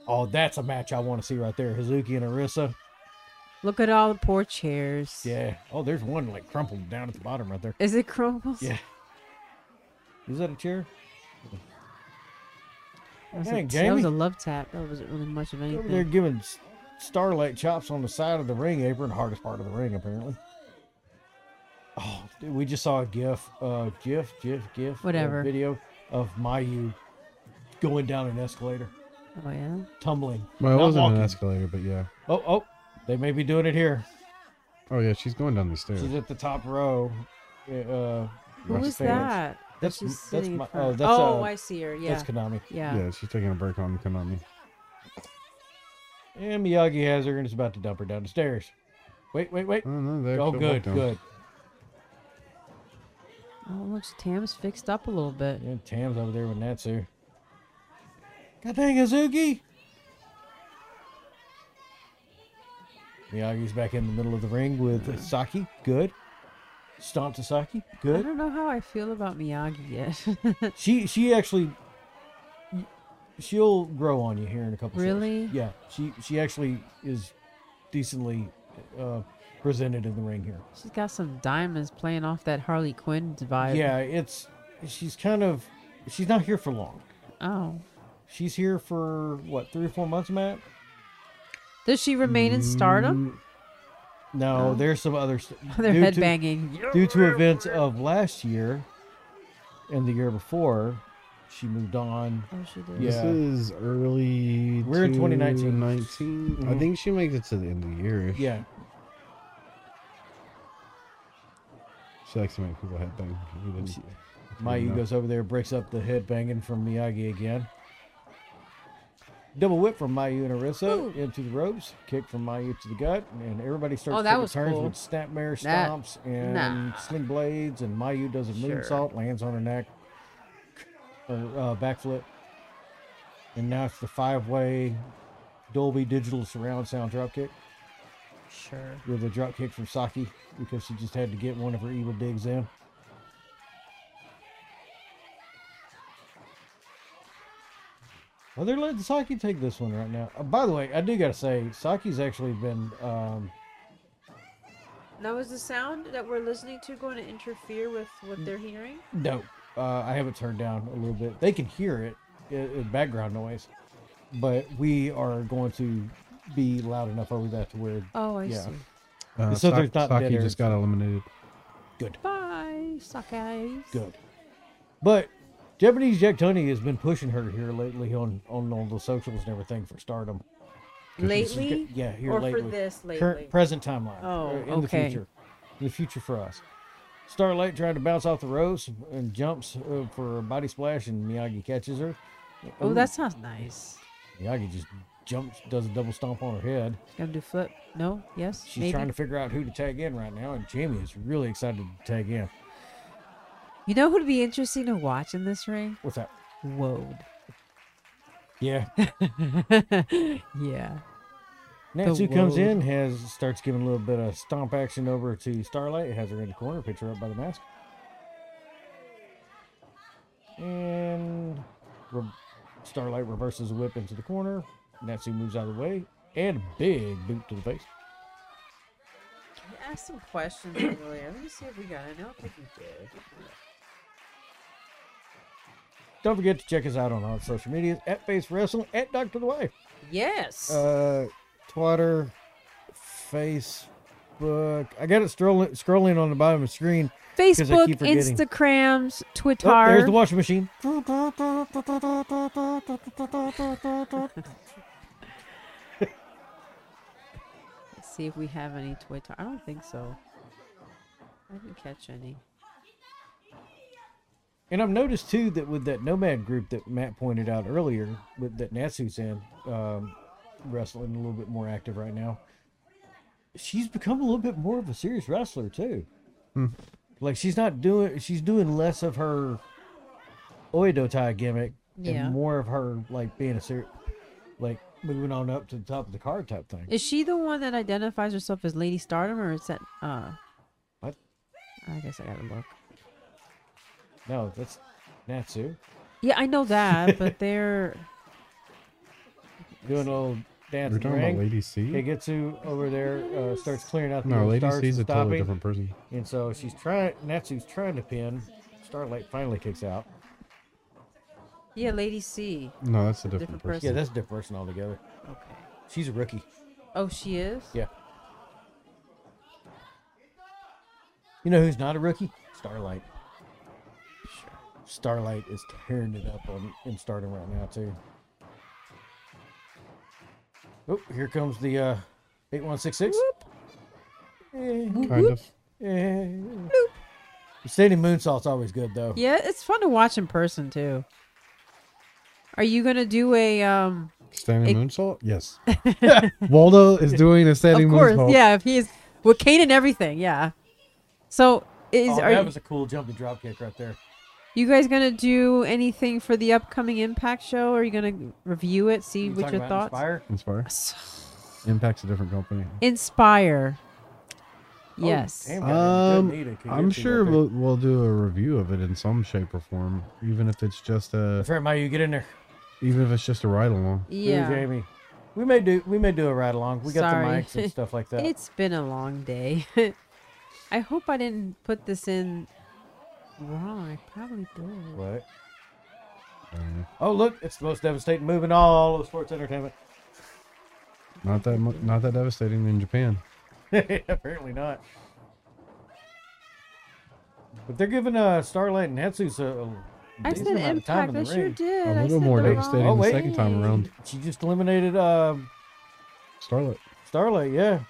Speaker 1: Oh, that's a match I want to see right there. Hazuki and Arisa.
Speaker 3: Look at all the poor chairs.
Speaker 1: Yeah. Oh, there's one like crumpled down at the bottom right there.
Speaker 3: Is it crumbles?
Speaker 1: Yeah. Is that a chair?
Speaker 3: That was,
Speaker 1: Hey,
Speaker 3: a, that was
Speaker 1: Jamie.
Speaker 3: a love tap. That wasn't really much of
Speaker 1: Over there
Speaker 3: anything.
Speaker 1: giving S- Starlight chops on the side of the ring apron, hardest part of the ring apparently. Oh, dude, we just saw a GIF, uh, GIF, GIF, GIF, uh,
Speaker 3: Whatever.
Speaker 1: video of Mayu going down an escalator,
Speaker 3: Oh yeah.
Speaker 1: tumbling.
Speaker 2: Well, it
Speaker 1: not
Speaker 2: wasn't an
Speaker 1: walking.
Speaker 2: escalator, but yeah.
Speaker 1: Oh, oh, they may be doing it here.
Speaker 2: Oh yeah, she's going down these stairs.
Speaker 1: She's at the top row. uh, Uh,
Speaker 3: Who
Speaker 2: Rest
Speaker 3: is
Speaker 2: fans.
Speaker 3: that?
Speaker 1: That's
Speaker 3: She's
Speaker 1: that's
Speaker 3: sitting in
Speaker 1: my.
Speaker 3: front.
Speaker 1: Oh, that's
Speaker 3: oh
Speaker 1: uh,
Speaker 3: I see her. Yeah.
Speaker 1: that's Konami.
Speaker 3: yeah.
Speaker 2: Yeah, she's taking a break on Konami.
Speaker 1: And Miyagi has her and is about to dump her down the stairs. Wait, wait, wait.
Speaker 2: Oh no, they
Speaker 1: Oh,
Speaker 2: actually
Speaker 1: good,
Speaker 2: walked down.
Speaker 1: good.
Speaker 3: Oh, look, Tam's fixed up a little bit.
Speaker 1: Yeah, Tam's over there with Natsu. God dang, Azuki! Miyagi's back in the middle of the ring with Saki. Good. Stomp to Saki.
Speaker 3: I
Speaker 1: Good.
Speaker 3: don't know how I feel about Miyagi yet.
Speaker 1: She she actually she'll grow on you here in a couple. shows.
Speaker 3: Really?
Speaker 1: Yeah. She she actually is decently uh, presented in the ring here.
Speaker 3: She's got some diamonds playing off that Harley Quinn vibe.
Speaker 1: Yeah, it's she's kind of she's not here for long.
Speaker 3: Oh.
Speaker 1: She's here for what three or four months, Matt?
Speaker 3: Does she remain in stardom?
Speaker 1: No, there's some other st-
Speaker 3: They're
Speaker 1: due Mm. to-
Speaker 3: headbanging.
Speaker 1: due to events of last year and the year before, she moved on.
Speaker 3: Oh, she did.
Speaker 1: Yeah.
Speaker 2: This is early.
Speaker 1: We're in 2019.
Speaker 2: 19. I
Speaker 1: Mhm.
Speaker 2: think she makes it to the end of the year.
Speaker 1: Yeah,
Speaker 2: She likes to make people headbang. We didn't-
Speaker 1: She-
Speaker 2: we
Speaker 1: Mayu
Speaker 2: didn't know.
Speaker 1: goes over there, breaks up the head banging from Miyagi again. Double whip from Mayu and Arisa
Speaker 3: Ooh.
Speaker 1: into the ropes, kick from Mayu to the gut, and everybody starts
Speaker 3: Oh, that
Speaker 1: taking
Speaker 3: was
Speaker 1: turns
Speaker 3: cool.
Speaker 1: with snapmare
Speaker 3: That-
Speaker 1: stomps and
Speaker 3: nah.
Speaker 1: sling blades, and Mayu does a
Speaker 3: Sure.
Speaker 1: moonsault, lands on her neck, or uh, backflip. And now it's the five-way Dolby digital surround sound dropkick
Speaker 3: Sure.
Speaker 1: with a drop kick from Saki because she just had to get one of her evil digs in. Well, they're letting Saki take this one right now. Uh, by the way, I do gotta say, Saki's actually been um,
Speaker 3: Now, is the sound that we're listening to going to interfere with what they're hearing?
Speaker 1: no. Uh, I have it turned down a little bit. They can hear it, it, it background noise, but we are going to be loud enough over that to where
Speaker 3: Oh, I
Speaker 1: Yeah.
Speaker 3: see.
Speaker 2: Uh,
Speaker 1: So
Speaker 2: so
Speaker 1: there's not dead
Speaker 2: Saki
Speaker 1: air.
Speaker 2: just got eliminated.
Speaker 3: Bye, Sakai.
Speaker 1: good. But Japanese Jack Tunney has been pushing her here lately on on all the socials and everything for Stardom. She's got-
Speaker 3: Lately?
Speaker 1: yeah, here
Speaker 3: or
Speaker 1: lately.
Speaker 3: for this lately?
Speaker 1: Current present timeline.
Speaker 3: Oh,
Speaker 1: uh, in the
Speaker 3: okay.
Speaker 1: future, in the future for us. Starlight trying to bounce off the ropes and jumps uh, for a body splash, and Miyagi catches her.
Speaker 3: oh, that sounds nice.
Speaker 1: Miyagi just jumps, does a double stomp on her head.
Speaker 3: Gonna do flip? No? Yes?
Speaker 1: She's
Speaker 3: Maybe?
Speaker 1: trying to figure out who to tag in right now, and Jamie is really excited to tag in.
Speaker 4: You know who'd be interesting to watch in this ring?
Speaker 1: What's that?
Speaker 4: Wode.
Speaker 1: Yeah.
Speaker 4: yeah.
Speaker 1: Natsu comes
Speaker 4: woad.
Speaker 1: in, has starts giving a little bit of stomp action over to Starlight. Has her in the corner, picks her up by the mask. And re- Starlight reverses the whip into the corner. Natsu moves out of the way. And big boot to the face.
Speaker 3: I asked some questions earlier. Let me see if we got. I don't think we did.
Speaker 1: Don't forget to check us out on all social medias at Face Wrestling, at Dr. The Wife.
Speaker 3: Yes.
Speaker 1: uh, Twitter, Facebook. I got it scrolling scrolling on the bottom of the screen. I
Speaker 4: Facebook,
Speaker 1: keep forgetting.
Speaker 4: Instagrams, Twitter.
Speaker 1: Oh, there's the washing machine.
Speaker 3: Let's see if we have any Twitter. I don't think so. I didn't catch any.
Speaker 1: And I've noticed too that with that Nomad group that Matt pointed out earlier, with that Natsu's in, um, wrestling a little bit more active right now. She's become a little bit more of a serious wrestler too.
Speaker 2: Hmm.
Speaker 1: Like she's not doing, she's doing less of her Oedo Tai gimmick
Speaker 4: Yeah.
Speaker 1: and more of her like being a serious, like moving on up to the top of the card type thing.
Speaker 3: Is she the one that identifies herself as Lady Stardom, or is that uh?
Speaker 1: What?
Speaker 3: I guess I gotta look.
Speaker 1: No, that's Natsu
Speaker 3: Yeah, I know that, but they're
Speaker 1: doing a little dance.
Speaker 2: We're
Speaker 1: in the
Speaker 2: talking about
Speaker 1: ring.
Speaker 2: Lady C.
Speaker 1: Kagetsu over there uh, starts clearing out the
Speaker 2: no,
Speaker 1: old
Speaker 2: Lady
Speaker 1: stars
Speaker 2: C's a
Speaker 1: and
Speaker 2: totally
Speaker 1: stopping.
Speaker 2: different person.
Speaker 1: And so she's trying. Natsu's trying to pin. Starlight finally kicks out.
Speaker 3: yeah, Lady C.
Speaker 2: No, that's a different,
Speaker 3: Different
Speaker 2: person.
Speaker 1: Yeah, that's a different person altogether.
Speaker 3: Okay.
Speaker 1: She's a rookie.
Speaker 3: Oh, she is.
Speaker 1: Yeah. You know who's not a rookie? Starlight. Starlight is tearing it up on in starting right now too. Oh, here comes the uh, eight one six six.
Speaker 2: Kind of.
Speaker 1: Standing eh. moonsault's always good though.
Speaker 3: Yeah, it's fun to watch in person too. Are you gonna do a um?
Speaker 2: Standing moonsault? Yes. Waldo is doing a
Speaker 3: Of
Speaker 2: standing
Speaker 3: course,
Speaker 2: moonsault.
Speaker 3: yeah. If he's with Kane and everything, yeah. So is
Speaker 1: Oh,
Speaker 3: are
Speaker 1: that was a cool jumping drop kick right there.
Speaker 3: you guys gonna do anything for the upcoming Impact show? Are you gonna review it? See
Speaker 1: You
Speaker 3: what
Speaker 1: talking
Speaker 3: your
Speaker 1: about
Speaker 3: thoughts.
Speaker 1: Inspire?
Speaker 2: Inspire. Impact's a different company.
Speaker 3: Inspire. Yes.
Speaker 1: Oh, damn.
Speaker 2: Um,
Speaker 1: Good need, a
Speaker 2: I'm
Speaker 1: Kagetsu
Speaker 2: sure
Speaker 1: right there.
Speaker 2: we'll, we'll do a review of it in some shape or form, even if it's just a
Speaker 1: That's right, Mayu, get in there.
Speaker 2: even if it's just a ride along.
Speaker 1: Ooh,
Speaker 3: yeah.
Speaker 1: Jamie. We may do we may do a ride along. We got
Speaker 3: Sorry.
Speaker 1: the mics and stuff like that.
Speaker 3: It's been a long day. I hope I didn't put this in wrong. I probably did.
Speaker 1: What?
Speaker 2: Mm-hmm.
Speaker 1: Oh look, it's the most devastating move in all of sports entertainment.
Speaker 2: Not that mu- not that devastating in Japan.
Speaker 1: Apparently not. But they're giving uh, Starlight and Hetsu's a, a
Speaker 3: I
Speaker 1: decent
Speaker 3: said
Speaker 1: amount of time
Speaker 3: impact.
Speaker 1: in
Speaker 3: I
Speaker 1: the
Speaker 3: sure
Speaker 1: ring.
Speaker 3: did.
Speaker 2: A
Speaker 3: I
Speaker 2: little
Speaker 3: said
Speaker 2: more
Speaker 3: the wrong
Speaker 2: devastating
Speaker 1: Oh,
Speaker 2: the
Speaker 1: wait.
Speaker 2: second time around.
Speaker 1: She just eliminated uh,
Speaker 2: Starlet.
Speaker 1: Starlight. Yeah.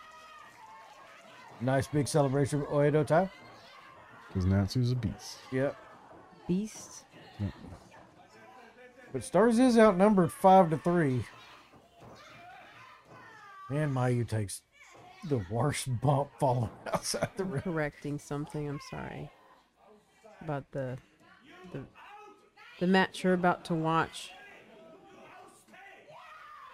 Speaker 1: Nice big celebration of Oedo Tai.
Speaker 2: Because Natsu's a beast.
Speaker 1: Yep.
Speaker 3: Beast.
Speaker 1: But Stars is outnumbered five to three. And Mayu takes the worst bump falling outside the ring.
Speaker 3: Correcting something. I'm sorry about the the the match you're about to watch.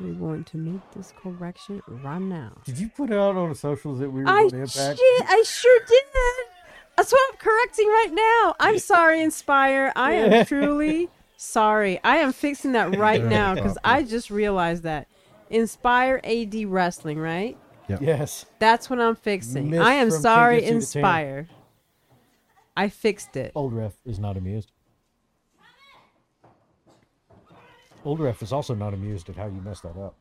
Speaker 3: We're going to make this correction right now.
Speaker 1: Did you put out on the socials that we were
Speaker 3: I
Speaker 1: going to impact?
Speaker 3: shit, I sure did. That's what I'm correcting right now. I'm sorry, Inspire. I am truly sorry. I am fixing that right
Speaker 2: Yeah,
Speaker 3: now because
Speaker 2: proper.
Speaker 3: I just realized that. Inspire AD Wrestling, right?
Speaker 1: Yes.
Speaker 3: That's what I'm fixing.
Speaker 1: Missed
Speaker 3: I am
Speaker 1: from Kingetsu
Speaker 3: sorry,
Speaker 1: to Tam.
Speaker 3: Inspire. I fixed it.
Speaker 1: Old ref is not amused. Old ref is also not amused at how you messed that up.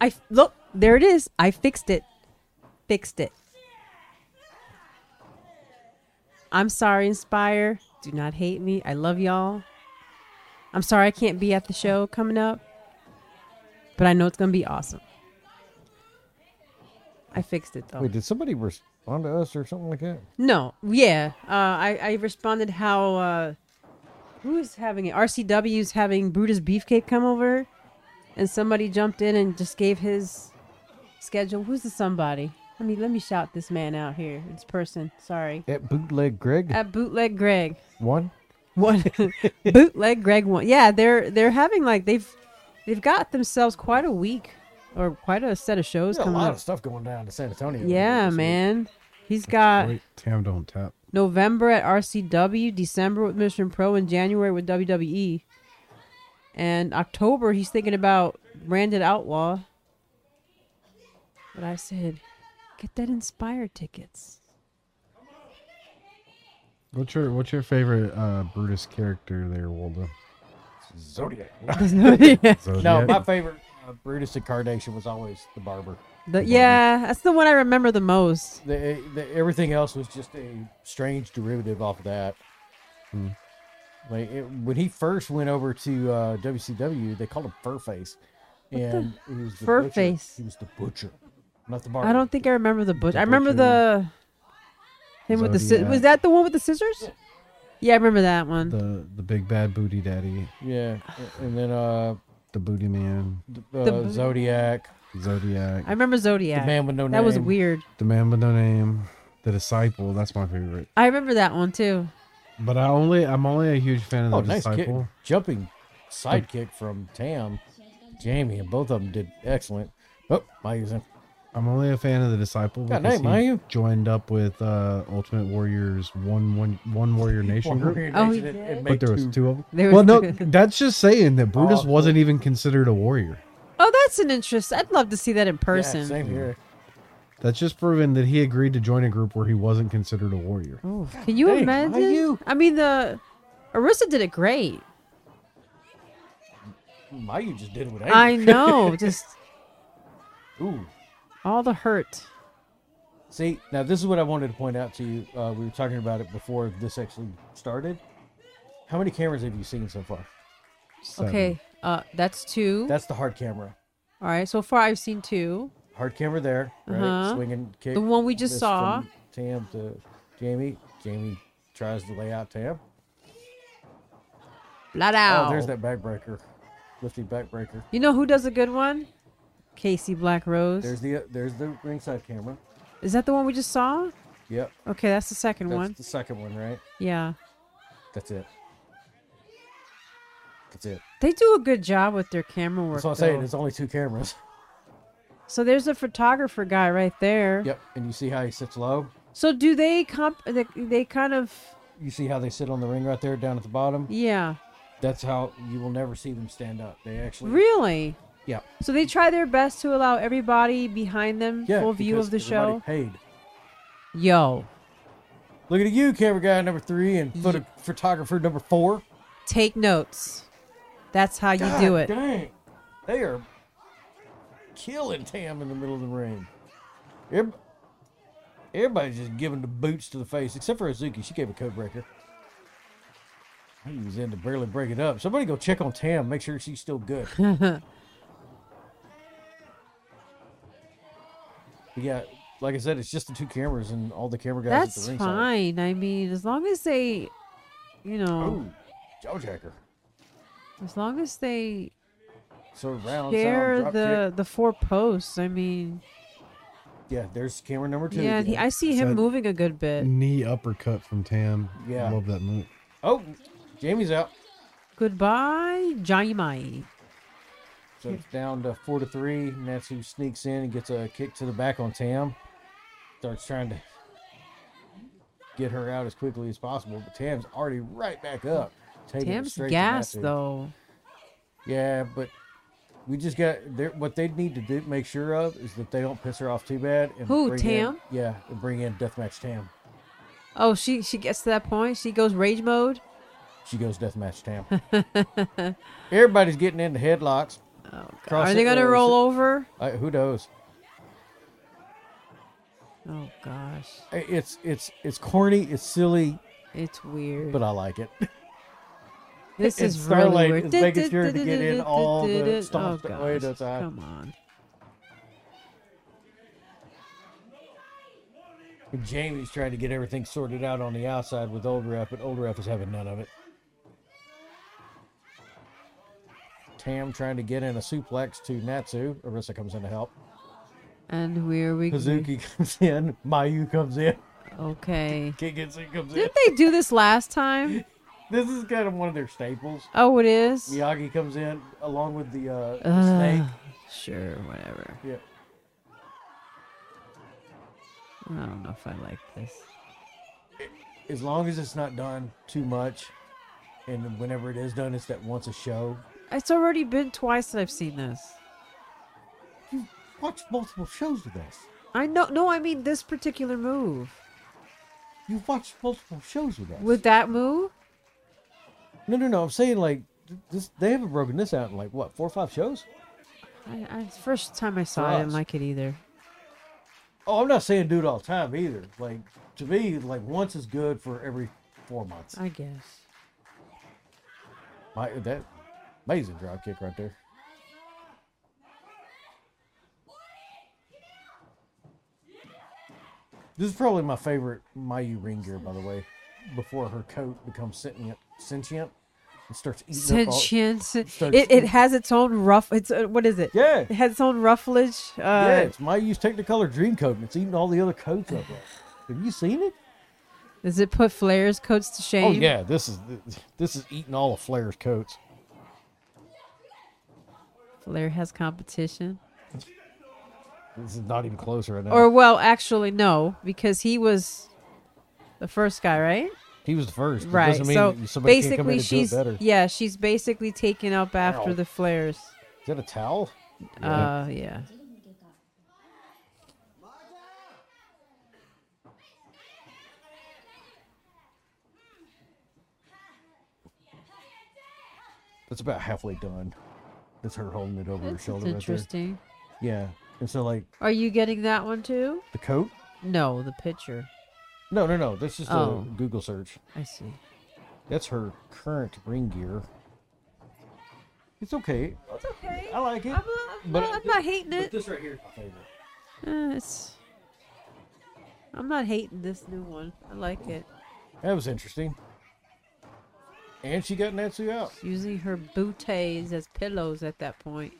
Speaker 3: I f- look there it is. I fixed it. Fixed it. I'm sorry, Inspire. Do not hate me. I love y'all. I'm sorry I can't be at the show coming up, but I know it's gonna be awesome. I fixed it though.
Speaker 1: Wait, did somebody respond to us or something like that?
Speaker 3: No, yeah. Uh, I, I responded how uh, who is having it? RCW's having Brutus Beefcake come over, and somebody jumped in and just gave his schedule. Who's the somebody? Let me let me shout this man out here. This person. Sorry.
Speaker 1: At bootleg Greg
Speaker 3: At bootleg Greg.
Speaker 1: one.
Speaker 3: One bootleg Greg one. Yeah, they're they're having like they've they've got themselves quite a week or quite a set of shows
Speaker 1: There's a
Speaker 3: coming
Speaker 1: lot
Speaker 3: up.
Speaker 1: of stuff going down in San Antonio.
Speaker 3: Yeah,
Speaker 1: this week.
Speaker 3: man. He's got
Speaker 2: Wait, Tam don't tap.
Speaker 3: November at RCW, December with Mission Pro, and January with WWE. And October, he's thinking about Brandon Outlaw. But I said, get that Inspire tickets.
Speaker 2: What's your What's your favorite uh, Brutus character there, Waldo?
Speaker 1: Zodiac.
Speaker 3: The-
Speaker 1: no,
Speaker 2: Zodiac?
Speaker 1: my favorite uh, Brutus incarnation was always the barber.
Speaker 3: yeah, that's the one I remember the most.
Speaker 1: The, the, everything else was just a strange derivative off of that.
Speaker 2: Hmm.
Speaker 1: Like it, when he first went over to uh, WCW, they called him Furface, and he was the butcher.
Speaker 3: Furface?
Speaker 1: He was the butcher, not the barber.
Speaker 3: I don't think I remember the butch. I remember
Speaker 2: butcher.
Speaker 3: the him with the sci-
Speaker 2: Zodiac.
Speaker 3: was that the one with the scissors? Yeah, I remember that one.
Speaker 2: the the big bad booty daddy,
Speaker 1: Yeah, a- and then uh,
Speaker 2: the booty man,
Speaker 1: d- uh
Speaker 3: bu-
Speaker 1: Zodiac,
Speaker 2: Zodiac,
Speaker 3: I remember Zodiac.
Speaker 1: the man with no
Speaker 3: that
Speaker 1: name.
Speaker 3: was weird.
Speaker 2: the man with no name, the disciple. That's my favorite.
Speaker 3: I remember that one too.
Speaker 2: But I only I'm only a huge fan of
Speaker 1: Oh,
Speaker 2: the
Speaker 1: nice kick.
Speaker 2: disciple.
Speaker 1: jumping sidekick from Tam, Jamie, and both of them did excellent. Oh, my using
Speaker 2: I'm only a fan of the disciple
Speaker 1: God
Speaker 2: because
Speaker 1: damn,
Speaker 2: he
Speaker 1: are you?
Speaker 2: joined up with uh, Ultimate Warriors one one one Warrior Nation group.
Speaker 3: Oh, he
Speaker 1: It- it made
Speaker 3: did?
Speaker 2: But there was two of them.
Speaker 3: There
Speaker 2: well,
Speaker 3: was
Speaker 2: no,
Speaker 3: two.
Speaker 2: that's just saying that Brutus
Speaker 1: Oh.
Speaker 2: wasn't even considered a warrior.
Speaker 3: Oh, that's an interest. I'd love to see that in
Speaker 1: Yeah,
Speaker 3: person.
Speaker 1: same here.
Speaker 2: That's just proven that he agreed to join a group where he wasn't considered a warrior.
Speaker 3: Ooh, Can you
Speaker 1: dang,
Speaker 3: imagine?
Speaker 1: Mayu.
Speaker 3: I mean, the Arissa did it great.
Speaker 1: Mayu just did what I,
Speaker 3: I know, just
Speaker 1: did. Ooh.
Speaker 3: all the hurt.
Speaker 1: See, now this is what I wanted to point out to you. Uh, we were talking about it before this actually started. How many cameras have you seen so far?
Speaker 2: Seven.
Speaker 3: Okay, uh, that's two.
Speaker 1: That's the hard camera.
Speaker 3: all right, so far I've seen two.
Speaker 1: Hard camera there, right?
Speaker 3: Uh-huh.
Speaker 1: Swinging kick.
Speaker 3: The one we just
Speaker 1: this
Speaker 3: saw.
Speaker 1: from Tam to Jamie. Jamie tries to lay out Tam.
Speaker 3: Blood out.
Speaker 1: Oh, there's that backbreaker. Lifting backbreaker.
Speaker 3: You know who does a good one? Casey Black Rose.
Speaker 1: There's the there's the ringside camera.
Speaker 3: Is that the one we just saw?
Speaker 1: Yep.
Speaker 3: Okay, that's the second
Speaker 1: That's
Speaker 3: one.
Speaker 1: the second one, right?
Speaker 3: Yeah,
Speaker 1: That's it. That's it.
Speaker 3: they do a good job with their camera work.
Speaker 1: That's what I'm saying.
Speaker 3: though.
Speaker 1: It's only two cameras.
Speaker 3: So there's a photographer guy right there.
Speaker 1: Yep. And you see how he sits low.
Speaker 3: So do they comp? They, they kind of
Speaker 1: You see how they sit on the ring right there down at the bottom.
Speaker 3: yeah.
Speaker 1: That's how you will never see them stand up. They actually.
Speaker 3: Really?
Speaker 1: Yeah.
Speaker 3: So they try their best to allow everybody behind them
Speaker 1: Yeah.
Speaker 3: full view
Speaker 1: because
Speaker 3: of the
Speaker 1: everybody
Speaker 3: show.
Speaker 1: Paid.
Speaker 3: Yo,
Speaker 1: Look at you, camera guy number three, and photo- photographer number four.
Speaker 3: take notes. That's how you
Speaker 1: God
Speaker 3: do it.
Speaker 1: Dang. They are killing Tam in the middle of the ring. Everyb- Everybody's just giving the boots to the face, except for Azuki. She gave a code breaker. He was in to barely break it up. Somebody go check on Tam, make sure she's still good. yeah, like I said, it's just the two cameras and all the camera guys at
Speaker 3: That's
Speaker 1: the ringside.
Speaker 3: fine. I mean, as long as they, you know,
Speaker 1: Oh, jawjacker.
Speaker 3: as long as they
Speaker 1: So round Oh. sound,
Speaker 3: share
Speaker 1: drop
Speaker 3: the the four posts. I mean,
Speaker 1: kick. Yeah, there's camera number two.
Speaker 3: yeah,
Speaker 1: again.
Speaker 3: and he, I see him
Speaker 2: So-
Speaker 3: moving a good
Speaker 1: Mm.
Speaker 3: bit.
Speaker 2: Knee uppercut from Tam.
Speaker 1: Yeah.
Speaker 2: love that move.
Speaker 1: Oh, Jamie's out.
Speaker 3: Goodbye, Jaimai.
Speaker 1: So it's down to four to three. and that's who sneaks in and gets a kick to the back on Tam. Starts trying to get her out as quickly as possible, but Tam's already right back up. Taking it
Speaker 3: Tam's
Speaker 1: straight to
Speaker 3: gas
Speaker 1: Natsu.
Speaker 3: though.
Speaker 1: Yeah, but we just got there. What they need to do, make sure of, is that they don't piss her off too bad. And
Speaker 3: Who,
Speaker 1: bring
Speaker 3: Tam?
Speaker 1: In, yeah, and bring in deathmatch Tam.
Speaker 3: Oh, she she gets to that point. She goes rage mode.
Speaker 1: She goes deathmatch Tam. Everybody's getting into headlocks.
Speaker 3: Oh, God.
Speaker 1: Cross
Speaker 3: Are they
Speaker 1: it
Speaker 3: gonna
Speaker 1: or is
Speaker 3: roll
Speaker 1: it-
Speaker 3: over?
Speaker 1: Uh, who knows?
Speaker 3: Oh gosh,
Speaker 1: It's it's it's corny. It's silly,
Speaker 3: it's weird.
Speaker 1: but I like it.
Speaker 3: this
Speaker 1: it's
Speaker 3: is really
Speaker 1: Starlight
Speaker 3: weird.
Speaker 1: is making sure to get in all the stomps
Speaker 3: oh,
Speaker 1: that way
Speaker 3: gosh.
Speaker 1: that's out.
Speaker 3: Come on.
Speaker 1: Jamie's trying to get everything sorted out on the outside with Old Ref, but Old Ref is having none of it. Tam trying to get in a suplex to Natsu. Arissa comes in to help.
Speaker 3: Uh
Speaker 4: And where we
Speaker 1: Kazuki comes in, Mayu comes in,
Speaker 4: Okay.
Speaker 1: Kigetsu comes in.
Speaker 3: Didn't they do this last time?
Speaker 1: This is kind of one of their staples.
Speaker 3: Oh, it is.
Speaker 1: Miyagi comes in along with the uh, the
Speaker 4: Ugh,
Speaker 1: snake.
Speaker 4: sure, whatever.
Speaker 1: Yeah.
Speaker 4: I don't know if I like this.
Speaker 1: As long as it's not done too much, and whenever it is done, it's that once a show.
Speaker 3: It's already been twice that I've seen this.
Speaker 1: Watch multiple shows with us.
Speaker 3: I know. No, I mean this particular move.
Speaker 1: You've watched multiple shows with us.
Speaker 3: With that move,
Speaker 1: no, no, no. I'm saying like th- this. They haven't broken this out in like what four or five shows.
Speaker 3: I, I first time I saw it, I didn't
Speaker 1: Us.
Speaker 3: like it either.
Speaker 1: Oh, I'm not saying do it all the time either. Like to me, like once is good for every four months.
Speaker 3: I guess.
Speaker 1: My, that amazing drop kick right there. This is probably my favorite Mayu ring gear, by the way. Before her coat becomes sentient, sentient, and starts eating up all.
Speaker 3: Sentient.
Speaker 1: Starts-
Speaker 3: It, it has its own rough. It's uh, what is it?
Speaker 1: Yeah,
Speaker 3: It has its own rufflage. Uh,
Speaker 1: yeah. It's Mayu's Technicolor dream coat, and it's eating all the other coats up. Have you seen it?
Speaker 3: Does it put Flair's coats to shame?
Speaker 1: Oh yeah, this is this is eating all of Flair's coats.
Speaker 3: Flair has competition.
Speaker 1: This is not even close right now.
Speaker 3: Or well, actually no, because he was the first guy, right?
Speaker 1: he was the first. It
Speaker 3: Right.
Speaker 1: doesn't mean
Speaker 3: so
Speaker 1: that somebody can't come in
Speaker 3: basically,
Speaker 1: and do it
Speaker 3: she's
Speaker 1: better.
Speaker 3: yeah, she's basically taken up after
Speaker 1: Ow.
Speaker 3: the Flares.
Speaker 1: Is that a towel?
Speaker 3: Uh, yeah.
Speaker 1: That's about halfway done. That's her holding it over her
Speaker 4: That's
Speaker 1: shoulder right there.
Speaker 4: interesting.
Speaker 1: Yeah. And so like
Speaker 3: Are you getting that one too?
Speaker 1: the coat?
Speaker 3: No, the picture.
Speaker 1: No, no, no. That's just
Speaker 3: Oh.
Speaker 1: a Google search.
Speaker 3: I see.
Speaker 1: That's her current ring gear. It's okay. It's
Speaker 3: okay.
Speaker 1: I like it.
Speaker 3: I'm not, I'm
Speaker 1: But-
Speaker 3: not, I'm not hating
Speaker 1: but
Speaker 3: it.
Speaker 1: this right here is my favorite.
Speaker 3: Uh, it's, I'm not hating this new one. I like it.
Speaker 1: That was interesting. And she got Natsu out.
Speaker 3: Using her booties as pillows at that point.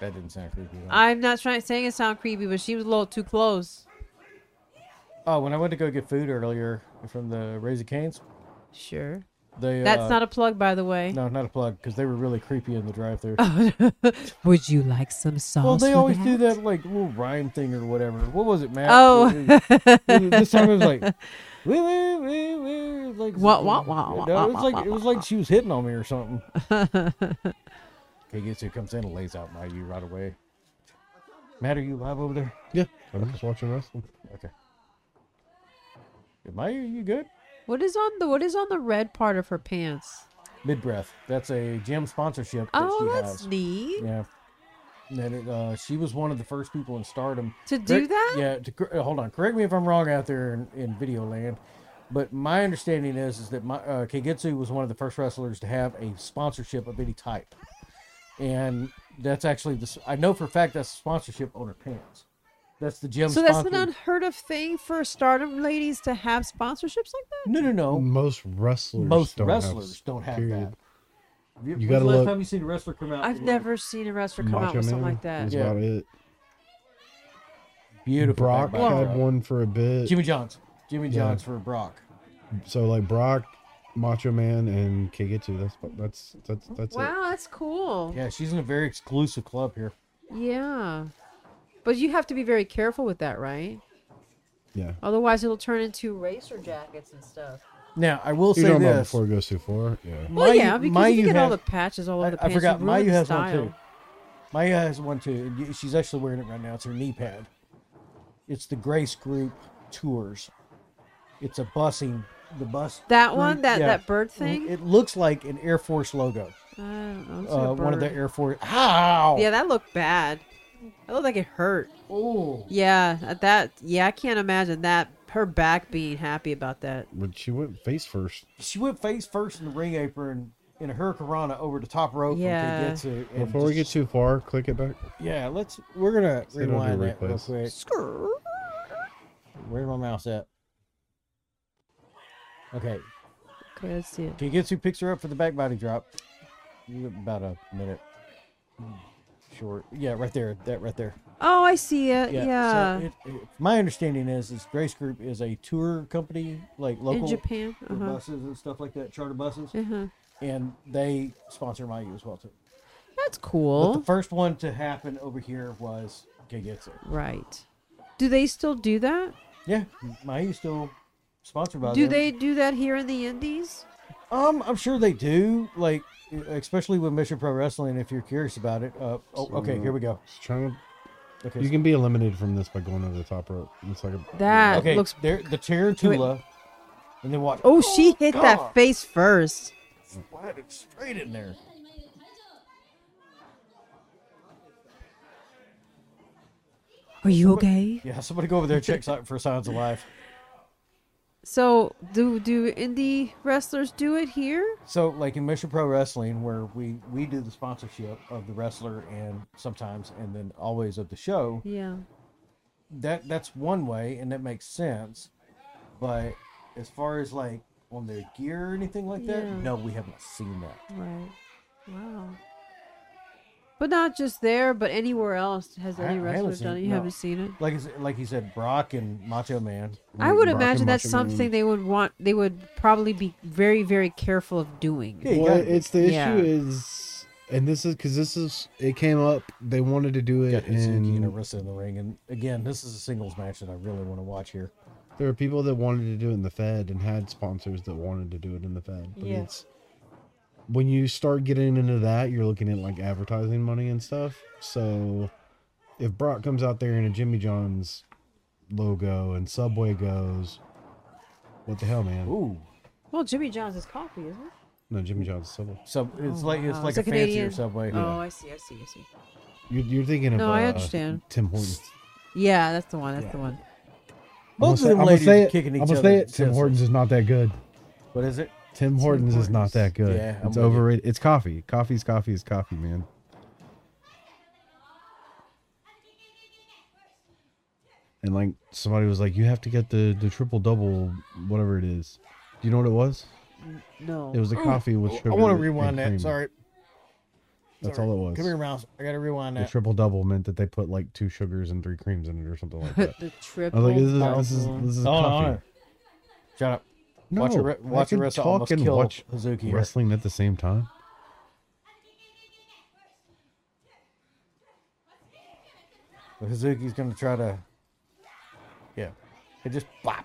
Speaker 1: That didn't sound creepy. at all.
Speaker 3: I'm not trying saying it sound creepy, but she was a little too close.
Speaker 1: oh, when I went to go get food earlier from the Raising Canes,
Speaker 3: Sure.
Speaker 1: they
Speaker 3: That's
Speaker 1: uh,
Speaker 3: not a Oh, plug, by the way.
Speaker 1: no, not a plug because they were really creepy in the drive-through.
Speaker 4: Would you like some sauce?
Speaker 1: Well, they
Speaker 4: with
Speaker 1: always do that like little rhyme thing or whatever. What was it, Matt?
Speaker 3: Oh.
Speaker 1: It- it- this time it was like, wee, wee, wee, wee, like
Speaker 3: Wah, wah, wah, wah,
Speaker 1: No, it
Speaker 3: wah,
Speaker 1: was like
Speaker 3: wah,
Speaker 1: it was like she was hitting on me or something. Kagetsu comes in and lays out my you right away. Matt, are you live over there?
Speaker 2: Yeah, I'm just watching wrestling.
Speaker 1: Okay. Mayu, you good?
Speaker 3: What is on the what is on the red part of her pants?
Speaker 1: Mid breath. That's a gym sponsorship that
Speaker 3: Oh,
Speaker 1: she
Speaker 3: that's
Speaker 1: has.
Speaker 3: neat.
Speaker 1: Yeah. And That it, uh, she was one of the first people in Stardom
Speaker 3: To do
Speaker 1: Correct-
Speaker 3: that?
Speaker 1: Yeah. To, cor- uh, hold on. Correct me if I'm wrong out there in, in video land, but my understanding is is that my uh, Kagetsu was one of the first wrestlers to have a sponsorship of any type, and that's actually this. I know for a fact that's sponsorship on her pants. That's the gym.
Speaker 3: So that's
Speaker 1: sponsor-
Speaker 3: an unheard of thing for stardom ladies to have sponsorships like that?
Speaker 1: no, no, no.
Speaker 2: Most wrestlers,
Speaker 1: Oh. Most
Speaker 2: don't
Speaker 1: wrestlers
Speaker 2: have,
Speaker 1: don't have
Speaker 2: period.
Speaker 1: that. Have You,
Speaker 2: You
Speaker 1: when's
Speaker 2: gotta
Speaker 1: the last
Speaker 2: look-
Speaker 1: time you seen a wrestler come out?
Speaker 3: I've
Speaker 1: with-
Speaker 3: never seen a wrestler come out
Speaker 2: Macho
Speaker 3: with something
Speaker 2: Man
Speaker 3: like that.
Speaker 2: was
Speaker 1: Yeah.
Speaker 2: about it.
Speaker 1: beautiful.
Speaker 2: Brock
Speaker 1: back backdrop.
Speaker 2: had one for a bit.
Speaker 1: Jimmy Johns. Jimmy
Speaker 2: Yeah.
Speaker 1: Johns for Brock.
Speaker 2: So like Brock, Macho Man, and Kagetsu. That's that's that's that's it.
Speaker 3: Wow, that's cool.
Speaker 1: Yeah, she's in a very exclusive club here.
Speaker 3: Yeah. But you have to be very careful with that, right?
Speaker 2: Yeah.
Speaker 3: Otherwise, it'll turn into racer jackets and stuff.
Speaker 1: Now I will
Speaker 2: You're
Speaker 1: say
Speaker 2: talking about
Speaker 1: this.
Speaker 2: before it goes too far. Yeah.
Speaker 3: Well,
Speaker 1: Mayu-
Speaker 3: yeah, because you
Speaker 1: Mayu
Speaker 3: get all
Speaker 1: has-
Speaker 3: the patches all
Speaker 1: I-
Speaker 3: over the
Speaker 1: I,
Speaker 3: pants. you
Speaker 1: forgot.
Speaker 3: ruin
Speaker 1: Mayu
Speaker 3: the
Speaker 1: has
Speaker 3: style.
Speaker 1: one too. Maya has one too. and y- She's actually wearing it right now. It's her knee pad. It's the Grace Group tours. It's a busing. The bus.
Speaker 3: That
Speaker 1: group-
Speaker 3: one, that
Speaker 1: yeah.
Speaker 3: that bird
Speaker 1: L-
Speaker 3: thing.
Speaker 1: It looks like an Air Force logo.
Speaker 3: I don't know. It's like a
Speaker 1: Uh, one of the
Speaker 3: bird.
Speaker 1: Air Force. Ow!
Speaker 3: Yeah, that looked bad. That looked like it hurt.
Speaker 1: Ooh.
Speaker 3: Yeah, at that. Yeah, I can't imagine that. Her back being happy about that.
Speaker 2: But she went face first.
Speaker 1: She went face first in the ring apron in a hurricanrana over the top rope.
Speaker 3: Yeah.
Speaker 1: From Kagetsu and
Speaker 2: Before we get
Speaker 1: just-
Speaker 2: too far, click it back.
Speaker 1: Yeah, let's. We're gonna
Speaker 2: Sit on your
Speaker 1: rewind that real
Speaker 2: replays.
Speaker 1: quick.
Speaker 3: Skrrr.
Speaker 1: Where's my mouse at? Okay,
Speaker 3: Okay, let's see it.
Speaker 1: Kagetsu picks her up for the back body drop. About a minute. short. Yeah, right there. That right there.
Speaker 3: Oh, I see it. Yeah.
Speaker 1: Yeah. So it, it- my understanding is is Grace Group is a tour company, like
Speaker 3: In
Speaker 1: local
Speaker 3: Japan.
Speaker 1: for
Speaker 3: Uh huh.
Speaker 1: buses and stuff like that, charter buses,
Speaker 3: Uh huh.
Speaker 1: and they sponsor my U as well too.
Speaker 3: That's
Speaker 1: But
Speaker 3: cool.
Speaker 1: the first one to happen over here was Gegetsu.
Speaker 3: right. Do they still do that?
Speaker 1: Yeah, my U still sponsored by
Speaker 3: Do
Speaker 1: them.
Speaker 3: they do that here in the Indies?
Speaker 1: Um, I'm sure they do. Like, especially with Mission Pro Wrestling, if you're curious about it. Uh, oh, okay, here we go.
Speaker 2: Just trying to-
Speaker 1: Okay,
Speaker 2: you can be eliminated from this by going over the top rope. It's like a
Speaker 3: That
Speaker 1: okay,
Speaker 3: looks.
Speaker 1: there. The tarantula, and then watch.
Speaker 3: Oh, she hit
Speaker 1: God.
Speaker 3: that face first.
Speaker 1: Splatted straight in there.
Speaker 4: Are you okay?
Speaker 1: Yeah, somebody go over there and check si- for signs of life.
Speaker 3: So, do do indie wrestlers do it here?
Speaker 1: So, like in Mission Pro Wrestling, where we we do the sponsorship of the wrestler and sometimes and then always of the show.
Speaker 3: Yeah.
Speaker 1: That that's one way, and that makes sense. But as far as like on their gear or anything like that,
Speaker 3: Yeah.
Speaker 1: no, we have not seen that.
Speaker 3: Right. Wow. But not just there, but anywhere else has
Speaker 1: I-
Speaker 3: any
Speaker 1: I
Speaker 3: wrestler
Speaker 1: haven't seen
Speaker 3: done
Speaker 1: it,
Speaker 3: it? You
Speaker 1: no.
Speaker 3: haven't seen it.
Speaker 1: like I s- like he said, Brock and Macho Man.
Speaker 3: I would
Speaker 2: Rock and
Speaker 3: imagine that's
Speaker 2: Macho Man.
Speaker 3: something they would want. They would probably be very, very careful of doing.
Speaker 1: Yeah, you
Speaker 2: well,
Speaker 1: got-
Speaker 2: it's the issue
Speaker 3: Yeah.
Speaker 2: is, and this is because this is it came up. They wanted to do
Speaker 1: Got
Speaker 2: it,
Speaker 1: Hazuki and
Speaker 2: and
Speaker 1: Arisa in the ring, and again, this is a singles match that I really want to watch here.
Speaker 2: there were people that wanted to do it in the Fed, and had sponsors that wanted to do it in the Fed. But
Speaker 3: Yeah.
Speaker 2: it's when you start getting into that, you're looking at like advertising money and stuff. So if Brock comes out there in a Jimmy John's logo and Subway goes, what the hell, man?
Speaker 1: Ooh,
Speaker 3: Well, Jimmy John's is coffee, isn't it?
Speaker 2: No, Jimmy John's is Subway.
Speaker 1: so it's like Oh, it's
Speaker 3: wow.
Speaker 1: like
Speaker 3: It's
Speaker 1: a, fancier
Speaker 3: a Canadian-
Speaker 1: subway.
Speaker 3: Oh, I see, I see, I see.
Speaker 2: You're, you're thinking of
Speaker 3: No, I
Speaker 2: uh,
Speaker 3: understand.
Speaker 2: Tim Hortons.
Speaker 3: Yeah, that's the one. That's
Speaker 1: Yeah.
Speaker 3: the one.
Speaker 1: Both of them ladies are kicking each
Speaker 2: I'm gonna
Speaker 1: other.
Speaker 2: say it. Tim
Speaker 1: senseless.
Speaker 2: Hortons is not that good.
Speaker 1: What is it?
Speaker 2: Tim Hortons is not
Speaker 3: Hortons.
Speaker 2: that good.
Speaker 1: Yeah, I'm
Speaker 2: it's
Speaker 1: with you.
Speaker 2: overrated. It's coffee. Coffee's coffee is coffee, man. And like somebody was like, you have to get the the triple double, whatever it is. Do you know what it was?
Speaker 3: No.
Speaker 2: It was a coffee with sugar.
Speaker 1: Oh, I want to
Speaker 2: and
Speaker 1: rewind that.
Speaker 2: cream.
Speaker 1: Sorry,
Speaker 2: that's
Speaker 1: Sorry.
Speaker 2: all it was.
Speaker 1: Come here, Mouse. I gotta rewind
Speaker 2: The
Speaker 1: that.
Speaker 2: triple double meant that they put like two sugars and three creams in it or something like that.
Speaker 3: the
Speaker 2: I
Speaker 3: triple.
Speaker 2: was like, this is
Speaker 3: double.
Speaker 2: this is this is
Speaker 1: Hold on,
Speaker 2: coffee.
Speaker 1: hold on. Shut up. watch
Speaker 2: No,
Speaker 1: Ar-
Speaker 2: I
Speaker 1: watch
Speaker 2: can
Speaker 1: Arisa
Speaker 2: talk
Speaker 1: almost
Speaker 2: and
Speaker 1: kill
Speaker 2: watch
Speaker 1: Hazuki. here.
Speaker 2: wrestling at the same time.
Speaker 1: But Hazuki's gonna try to. Yeah, it just bop.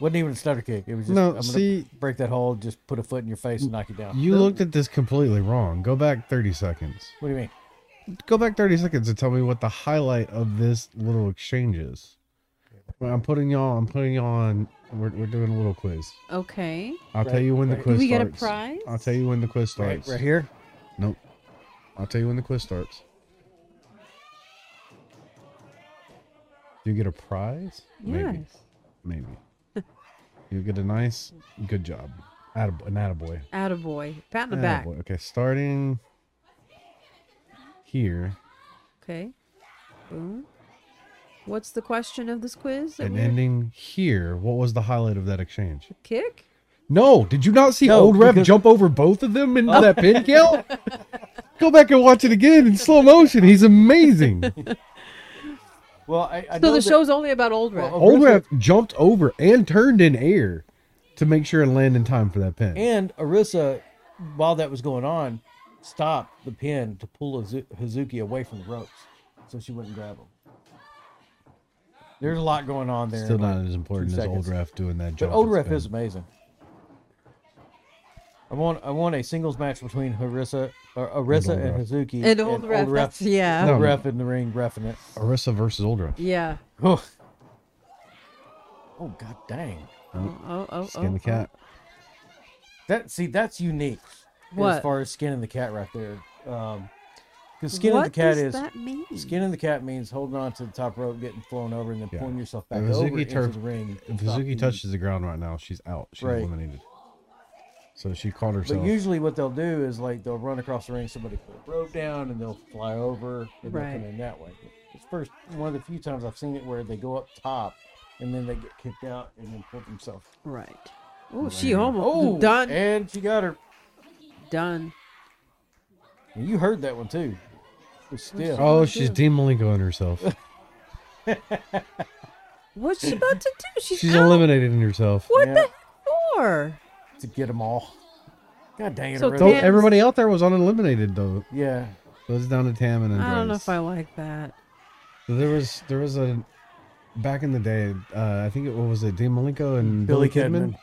Speaker 1: Wasn't even a stutter kick. It was just
Speaker 2: No,
Speaker 1: I'm gonna
Speaker 2: see-
Speaker 1: break that hold, just put a foot in your face and knock you down.
Speaker 2: You looked at this completely wrong. Go back 30 seconds.
Speaker 1: What do you mean?
Speaker 2: Go back 30 seconds and tell me what the highlight of this little exchange is. Well, I'm putting y'all. I'm putting y'all on. We're, we're doing a little quiz.
Speaker 3: Okay.
Speaker 2: I'll tell
Speaker 1: Right,
Speaker 2: you when the
Speaker 1: right.
Speaker 2: quiz
Speaker 3: Do we get a
Speaker 2: starts.
Speaker 3: prize?
Speaker 2: I'll tell you when the quiz
Speaker 1: Right,
Speaker 2: starts.
Speaker 1: right here.
Speaker 2: Nope. I'll tell you when the quiz starts. Do you get a prize? Maybe.
Speaker 3: Yes.
Speaker 2: Maybe. you get a nice good job. Atta- an attaboy.
Speaker 3: Attaboy. Pat in the
Speaker 2: Attaboy.
Speaker 3: back.
Speaker 2: Okay, starting here
Speaker 3: Okay. Boom. What's the question of this quiz? that
Speaker 2: and
Speaker 3: we-
Speaker 2: ending here. What was the highlight of that exchange?
Speaker 3: Kick?
Speaker 2: No, did you not see
Speaker 1: No,
Speaker 2: old ref
Speaker 1: because- Oh.
Speaker 2: jump over both of them into that pin kill? Go back and watch it again in slow motion. He's amazing.
Speaker 1: Well, I, I
Speaker 3: So
Speaker 1: know
Speaker 3: the
Speaker 1: that-
Speaker 3: show's only about old rap.
Speaker 1: Well,
Speaker 2: old
Speaker 1: Arisa-
Speaker 2: ref jumped over and turned in air to make sure and land in time for that pin.
Speaker 1: and Arissa, while that was going on, stopped the pin to pull Hazu- Hazuki away from the ropes, so she wouldn't grab him. There's a lot going on there.
Speaker 2: Still
Speaker 1: in, like,
Speaker 2: not as important
Speaker 1: two
Speaker 2: as old
Speaker 1: seconds.
Speaker 2: ref doing that
Speaker 1: But
Speaker 2: jump.
Speaker 1: old
Speaker 2: It's
Speaker 1: ref
Speaker 2: been-
Speaker 1: is amazing. I want I want a singles match between Harissa or Arissa and,
Speaker 2: Old Ref.
Speaker 1: Hazuki
Speaker 3: And old ref. that's- yeah.
Speaker 1: old
Speaker 2: No.
Speaker 1: ref in the ring refing it.
Speaker 2: Arissa versus old ref.
Speaker 3: Yeah.
Speaker 1: Oh, oh god dang.
Speaker 3: Oh, oh, oh.
Speaker 2: Skin
Speaker 1: Uh-huh.
Speaker 3: oh,
Speaker 2: the cat.
Speaker 1: That see that's unique as
Speaker 3: What?
Speaker 1: far as skinning the cat right there. Um because skin
Speaker 3: what
Speaker 1: of the cat
Speaker 3: does
Speaker 1: is
Speaker 3: that mean?
Speaker 1: skin of the cat means holding on to the top rope, getting flown over, and then
Speaker 2: Yeah.
Speaker 1: pulling yourself back
Speaker 2: If
Speaker 1: over
Speaker 2: Hazuki
Speaker 1: into
Speaker 2: tur-
Speaker 1: the ring.
Speaker 2: If
Speaker 1: Stop
Speaker 2: Hazuki
Speaker 1: the-
Speaker 2: touches the ground right now, she's out. She's
Speaker 1: Right.
Speaker 2: eliminated. So she called herself.
Speaker 1: But usually, what they'll do is like they'll run across the ring, somebody pull a rope down, and they'll fly over and they'll
Speaker 3: Right.
Speaker 1: come in that way. It's first one of the few times I've seen it where they go up top and then they get kicked out and then pull themselves.
Speaker 3: Right. Oh, she almost done.
Speaker 1: eh. and she got her.
Speaker 3: Done.
Speaker 1: And you heard that one too. But still,
Speaker 2: Oh, she's Dean Malenko on herself.
Speaker 3: What's she about to do? She's,
Speaker 2: She's
Speaker 3: out.
Speaker 2: eliminated in herself.
Speaker 3: What
Speaker 1: Yeah.
Speaker 3: the for?
Speaker 1: to get them all. God dang it,
Speaker 3: So
Speaker 1: Arisa.
Speaker 2: So
Speaker 3: Tam- Pam's-
Speaker 2: everybody out there was uneliminated though.
Speaker 1: yeah,
Speaker 2: So it's down to Tam and Andres.
Speaker 3: I don't know if I like that.
Speaker 2: There was there was a back in the day. Uh, I think it what was it Dean Malenko and
Speaker 1: Billy
Speaker 2: Billy, Kidman?
Speaker 1: Kidman.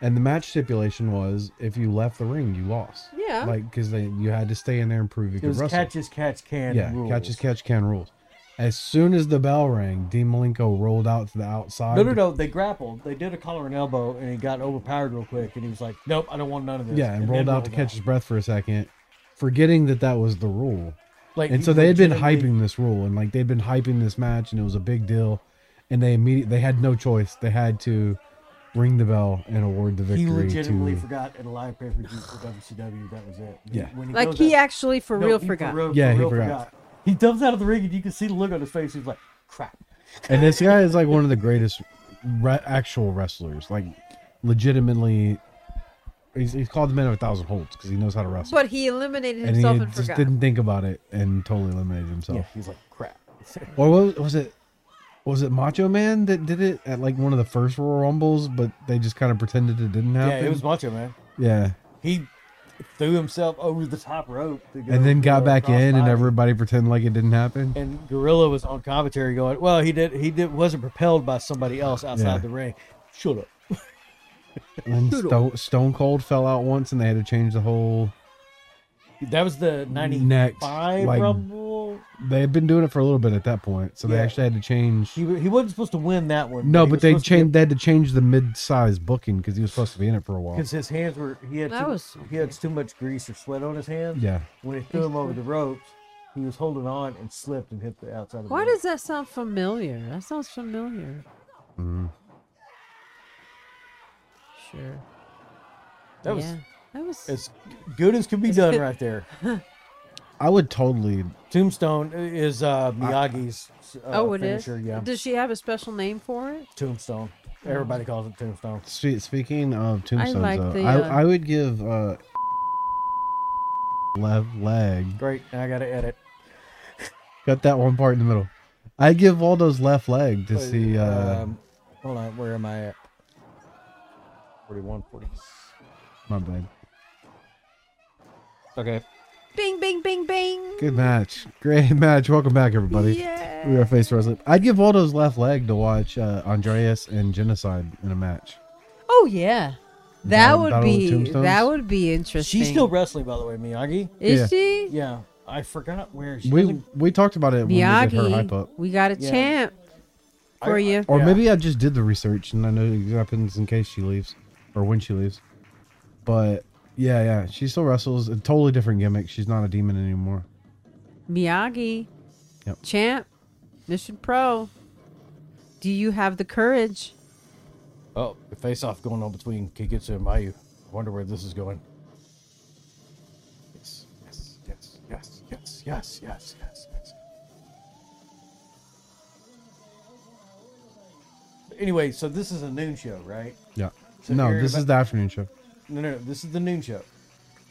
Speaker 2: And the match stipulation was if you left the ring, you lost.
Speaker 3: Yeah.
Speaker 2: Like because they you had to stay in there and prove you
Speaker 1: it
Speaker 2: could
Speaker 1: was
Speaker 2: wrestle.
Speaker 1: catch as catch can.
Speaker 2: yeah,
Speaker 1: rules.
Speaker 2: catch as catch can rules. As soon as the bell rang, Dean Malenko rolled out to the outside.
Speaker 1: No, no, no. They grappled. They did a collar and elbow, and he got overpowered real quick. And he was like, "Nope, I don't want none of this."
Speaker 2: Yeah, and, rolled
Speaker 1: then
Speaker 2: out to catch his breath for a second, forgetting that that was the rule.
Speaker 1: Like,
Speaker 2: and
Speaker 1: he
Speaker 2: so they had been
Speaker 1: legitimately-
Speaker 2: hyping this rule and like they'd been hyping this match and it was a big deal and they immediately they had no choice they had to ring the bell and award the
Speaker 1: He
Speaker 2: victory
Speaker 1: legitimately
Speaker 2: to
Speaker 1: forgot at a live pay per view for WCW. That was it.
Speaker 2: Yeah.
Speaker 1: When
Speaker 3: Like
Speaker 1: goes
Speaker 3: he
Speaker 1: out-
Speaker 3: actually for
Speaker 1: no,
Speaker 3: real
Speaker 1: he
Speaker 3: forgot.
Speaker 1: real-
Speaker 2: Yeah, he
Speaker 1: real
Speaker 2: forgot.
Speaker 1: He dumps out of the ring, and you can see the look on his face. He's like, "Crap."
Speaker 2: and this guy is like one of the greatest re- actual wrestlers like legitimately he's, he's called the man of a thousand holds because he knows how to wrestle
Speaker 3: But he eliminated
Speaker 2: and he
Speaker 3: himself and,
Speaker 2: just
Speaker 3: forgot.
Speaker 2: didn't think about it and totally eliminated himself
Speaker 1: Yeah, he's like, "Crap."
Speaker 2: Or what was, was it? Was it Macho Man that did it at like one of the first Royal Rumbles, but they just kind of pretended it didn't
Speaker 1: yeah,
Speaker 2: happen?
Speaker 1: it was Macho Man.
Speaker 2: Yeah,
Speaker 1: He threw himself over the top rope, to go
Speaker 2: and then
Speaker 1: for
Speaker 2: got
Speaker 1: a
Speaker 2: back in, and
Speaker 1: crossbody.
Speaker 2: everybody pretended like it didn't happen.
Speaker 1: and Gorilla was on commentary going, "Well, he did. He did. Wasn't propelled by somebody else outside
Speaker 2: Yeah.
Speaker 1: the ring. Shut up."
Speaker 2: And Stone, Stone Cold fell out once, and they had to change the whole.
Speaker 1: That was the
Speaker 2: Next,
Speaker 1: '95
Speaker 2: like-
Speaker 1: Rumble.
Speaker 2: They had been doing it for a little bit at that point, so they
Speaker 1: Yeah.
Speaker 2: actually had to change.
Speaker 1: He wa- he wasn't supposed to win that one.
Speaker 2: No, but they changed. They had to change the mid-size booking because he was supposed to be in it for a while.
Speaker 1: because his hands were he had
Speaker 3: That
Speaker 1: too,
Speaker 3: was
Speaker 1: he had too much grease or sweat on his hands.
Speaker 2: Yeah,
Speaker 1: When he threw him over the ropes, he was holding on and slipped and hit the outside. Of
Speaker 3: Why
Speaker 1: the
Speaker 3: does that sound familiar? That sounds familiar.
Speaker 2: Mm-hmm.
Speaker 3: Sure.
Speaker 1: that was
Speaker 3: yeah. That was
Speaker 1: as good as could be done right there.
Speaker 2: I would totally.
Speaker 1: Tombstone is uh, Miyagi's. Uh,
Speaker 3: Oh, it is.
Speaker 1: finisher, Yeah,
Speaker 3: Does she have a special name for it?
Speaker 1: Tombstone. Everybody calls it Tombstone.
Speaker 2: spe- Speaking of tombstones,
Speaker 3: like
Speaker 2: though,
Speaker 3: the,
Speaker 2: I,
Speaker 3: uh,
Speaker 2: I would give uh, left leg
Speaker 1: Great. Now I got to edit.
Speaker 2: Cut that one part in the middle. I give Waldo's left leg to see. Uh,
Speaker 1: Um, hold on, where am I at? 41, 40.
Speaker 2: my bad.
Speaker 1: Okay.
Speaker 3: Bing, bing, bing, bing.
Speaker 2: Good match. Great match. Welcome back, everybody.
Speaker 3: Yeah.
Speaker 2: We are face wrestling. I'd give Waldo's left leg to watch uh, Andreas and Genocide in a match.
Speaker 3: Oh yeah. That
Speaker 2: Battle-
Speaker 3: would
Speaker 2: Battle of the
Speaker 3: be
Speaker 2: Tombstones?
Speaker 3: that would be interesting.
Speaker 1: She's still wrestling, by the way, Miyagi.
Speaker 3: is
Speaker 2: Yeah.
Speaker 3: she?
Speaker 1: Yeah, I forgot where she.
Speaker 2: We
Speaker 1: doesn't-
Speaker 2: we talked about it when we did her hype
Speaker 3: Miyagi,
Speaker 2: up,
Speaker 3: we got a
Speaker 1: Yeah.
Speaker 3: champ
Speaker 1: I-
Speaker 3: for you.
Speaker 2: or
Speaker 1: Yeah.
Speaker 2: maybe I just did the research and I know it happens in case she leaves or when she leaves. But yeah, yeah, she still wrestles. A totally different gimmick. She's not a demon anymore.
Speaker 3: Miyagi,
Speaker 2: Yep.
Speaker 3: champ, Mission Pro. Do you have the courage?
Speaker 1: oh, the face off going on between Kikitsu and Mayu. I wonder where this is going. Yes, yes, yes, yes, yes, yes, yes, yes, yes. Anyway, so this is a noon show, right?
Speaker 2: Yeah.
Speaker 1: So
Speaker 2: no,
Speaker 1: you're
Speaker 2: this
Speaker 1: about-
Speaker 2: is the afternoon show.
Speaker 1: No, no, no. This is the noon show.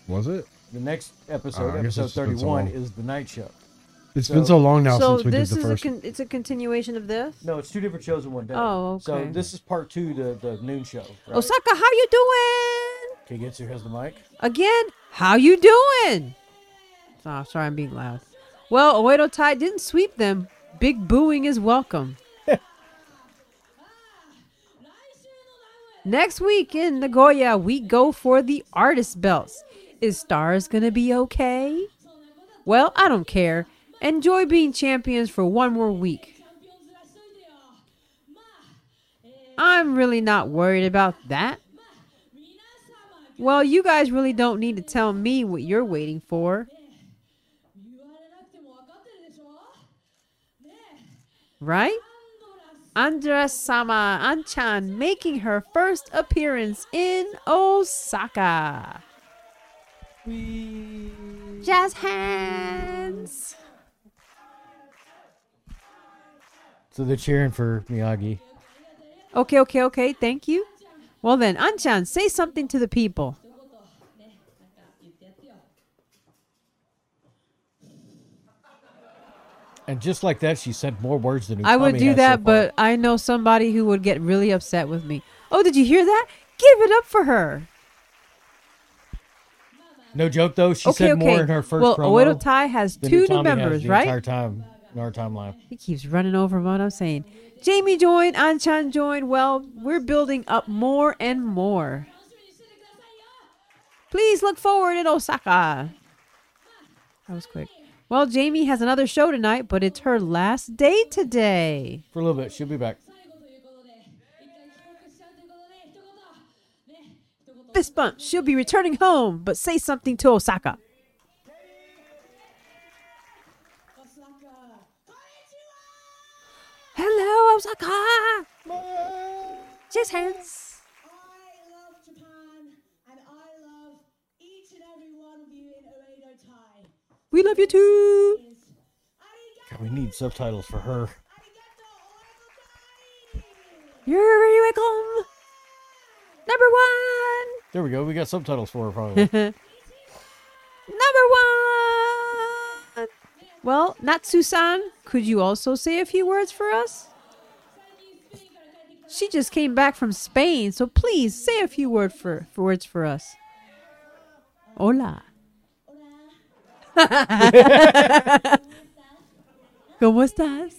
Speaker 2: Was it?
Speaker 1: The next episode,
Speaker 2: Uh, I guess
Speaker 1: episode
Speaker 2: it's been so
Speaker 1: 31,
Speaker 2: long.
Speaker 1: is the night show.
Speaker 2: It's
Speaker 1: So-
Speaker 2: been so long now
Speaker 3: so
Speaker 2: since we
Speaker 3: this
Speaker 2: did the
Speaker 3: is
Speaker 2: first.
Speaker 3: a con- it's a continuation of this.
Speaker 1: No, it's two different shows in one day.
Speaker 3: Oh, okay. Oh,
Speaker 1: So this is part two, the, the noon show. Right?
Speaker 3: Osaka, how you doing?
Speaker 1: Kagetsu has the mic.
Speaker 3: Again, how you doing? Oh, sorry, I'm being loud. Well, Oedo Tai didn't sweep them. Big booing is welcome. Next week in Nagoya, we go for the artist belts. Is Stars gonna be okay? Well, I don't care. Enjoy being champions for one more week. I'm really not worried about that. Well, you guys really don't need to tell me what you're waiting for. Right? Andres Sama Anchan making her first appearance in Osaka. Jazz hands.
Speaker 1: So they're cheering for Miyagi.
Speaker 3: Okay, okay, okay. Thank you. Well then, Anchan, say something to the people.
Speaker 1: And just like that, she said more words than
Speaker 3: I would
Speaker 1: Utami
Speaker 3: do
Speaker 1: has so
Speaker 3: that,
Speaker 1: far.
Speaker 3: but I know somebody who would get really upset with me. Oh, did you hear that? Give it up for her.
Speaker 1: no joke though. She
Speaker 3: okay,
Speaker 1: said
Speaker 3: okay.
Speaker 1: more in her first
Speaker 3: well,
Speaker 1: promo
Speaker 3: Oedo Tai has
Speaker 1: than
Speaker 3: two
Speaker 1: Utami
Speaker 3: new
Speaker 1: has
Speaker 3: members,
Speaker 1: the
Speaker 3: right?
Speaker 1: Entire time in our timeline.
Speaker 3: He keeps running over what I'm saying. Jamie joined, Anchan joined. Well, we're building up more and more. Please look forward in Osaka. That was quick. Well, Jamie has another show tonight, but it's her last day today.
Speaker 1: For a little bit, she'll be back.
Speaker 5: 最後ということで一旦帰国しちゃうということで一言ね一言
Speaker 3: Fist bump. She'll be returning home, but say something to Osaka.
Speaker 5: おそらく
Speaker 3: Hello, Osaka. Just hands.
Speaker 5: I love Japan and I love each and every one of you in Oedo Tai
Speaker 3: We love you too.
Speaker 5: is
Speaker 1: God, we need subtitles for her.
Speaker 5: arigato arigato
Speaker 3: You're very welcome. Number one.
Speaker 1: There we go. We got subtitles for her probably.
Speaker 3: Number one. Well, Natsu-san, could you also say a few words for us? She just came back from Spain, so please say a few word for, for words for us. Hola. ¿Cómo estás?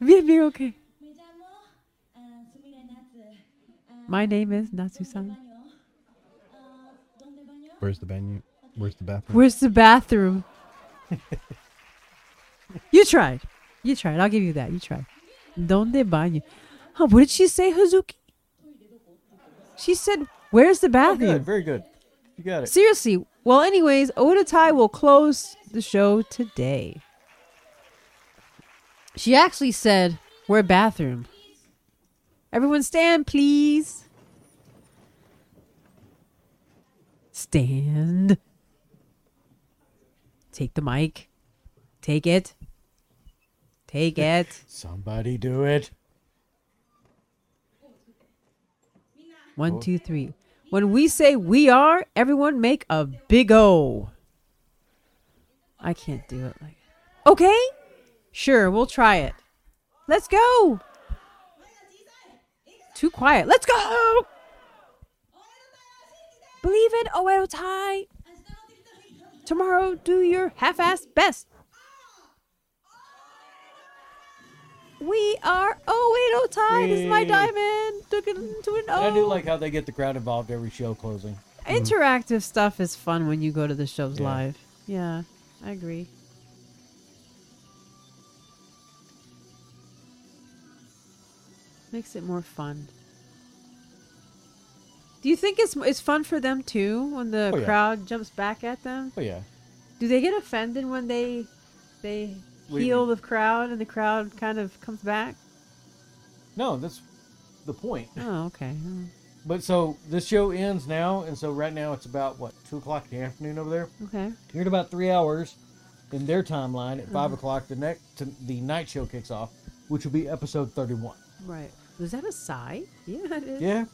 Speaker 3: Bien, bien, okay. My name is Natsu-san.
Speaker 2: Where's the venue? Where's the bathroom?
Speaker 3: Where's the bathroom? you tried. You tried. I'll give you that. You tried. Donde baño? Huh, what did she say, Hazuki? She said, Where's the
Speaker 1: Oh, good.
Speaker 3: bathroom?
Speaker 1: Very good. You got it.
Speaker 3: Seriously. Well, anyways, Oda Tai will close the show today. She actually said, We're bathroom. Everyone stand, please. Stand. Take the mic. Take it. Take it.
Speaker 1: Somebody do it. Oh.
Speaker 3: One, two, three. When we say we are, everyone make a big O. I can't do it like Okay? Sure, we'll try it. Let's go. Too quiet. Let's go. Believe it, Oedo Tai. Tomorrow, do your half assed best. We are Oedo Tai. This is my
Speaker 1: Yay.
Speaker 3: diamond. Took it into an O
Speaker 1: And I do like how they get the crowd involved every show closing.
Speaker 3: interactive stuff is fun when you go to the shows
Speaker 1: Mm-hmm. Yeah.
Speaker 3: live. Yeah, I agree. Makes it more fun. Do you think it's it's fun for them too when the
Speaker 1: Oh, yeah.
Speaker 3: crowd jumps back at them?
Speaker 1: Oh yeah.
Speaker 3: Do they get offended when they they
Speaker 1: Wait.
Speaker 3: heal the crowd and the crowd kind of comes back?
Speaker 1: No, that's the point.
Speaker 3: Oh, okay. Mm,
Speaker 1: But so this show ends now, and so right now it's about what two o'clock in the afternoon over there.
Speaker 3: Okay.
Speaker 1: You're in about three hours in their timeline at 5 o'clock. The next to the night show kicks off, which will be episode thirty-one.
Speaker 3: Right. Was that a sigh? Yeah, it is.
Speaker 1: Yeah,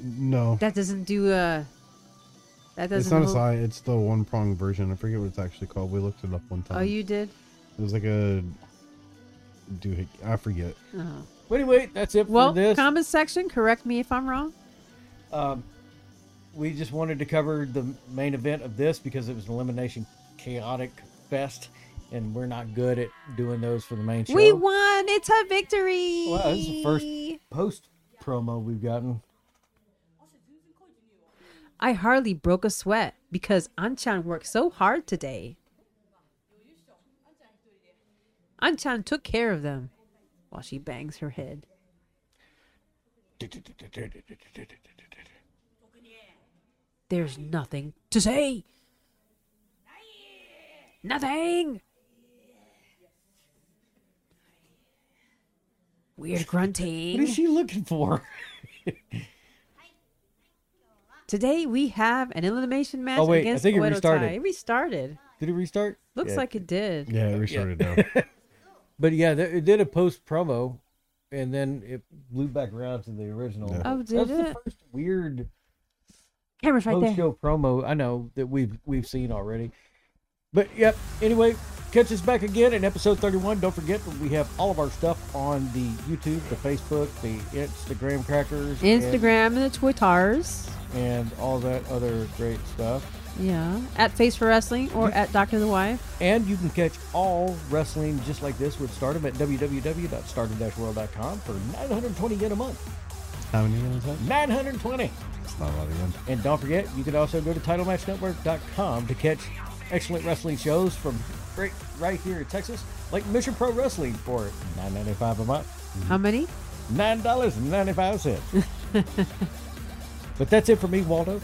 Speaker 2: No,
Speaker 3: That doesn't do a. That doesn't.
Speaker 2: it's not a
Speaker 3: hold-
Speaker 2: sigh. It's the one prong version. I forget what it's actually called. We looked it up one time.
Speaker 3: Oh, you did.
Speaker 2: It was like a do I forget.
Speaker 3: Oh.
Speaker 1: But anyway, that's it
Speaker 3: Well,
Speaker 1: for this.
Speaker 3: comment section. Correct me if I'm wrong.
Speaker 1: um, we just wanted to cover the main event of this because it was an elimination chaotic fest, and we're not good at doing those for the main show.
Speaker 3: We won. It's a victory.
Speaker 1: Well, this is the first post promo we've gotten.
Speaker 3: I hardly broke a sweat because Anchan worked so hard today. Anchan took care of them while she bangs her head. There's nothing to say. Nothing. Weird
Speaker 1: What is
Speaker 3: grunting.
Speaker 1: she looking for?
Speaker 3: Today we have an elimination match
Speaker 1: Oh, wait, I
Speaker 3: against
Speaker 1: think it
Speaker 3: Oedo
Speaker 1: restarted.
Speaker 3: Tai. It restarted.
Speaker 1: Did it restart?
Speaker 3: Looks
Speaker 1: Yeah.
Speaker 3: like it did.
Speaker 2: Yeah, it restarted now.
Speaker 1: But yeah, th- it did a post promo, and then it blew back around to the original.
Speaker 2: Yeah.
Speaker 3: Oh, did
Speaker 1: That's
Speaker 3: it?
Speaker 1: the first weird
Speaker 3: Camera's right
Speaker 1: post
Speaker 3: there.
Speaker 1: show promo I know that we've we've seen already. But yep. Anyway, Catch us back again in episode 31. Don't forget that we have all of our stuff on the YouTube, the Facebook, the Instagram crackers, and-
Speaker 3: Instagram and the Twitters.
Speaker 1: and, all that other great stuff.
Speaker 3: Yeah. At Face for Wrestling
Speaker 1: Mm-hmm.
Speaker 3: or at Doctor the Wife.
Speaker 1: And you can catch all wrestling just like this with Stardom at www.stardom-world.com for 920 yen a month.
Speaker 2: How many is that?
Speaker 1: 920.
Speaker 2: It's not a lot of yen.
Speaker 1: And don't forget, you can also go to TitleMatchNetwork.com to catch excellent wrestling shows from right, right here in Texas, like Mission Pro Wrestling for $9.95 a month,
Speaker 3: How many?
Speaker 1: $9.95. but that's it for me, Waldo.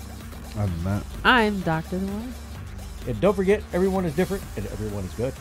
Speaker 2: Other than that.
Speaker 3: I'm Doctor the Wife.
Speaker 1: And don't forget, everyone is different and everyone is good.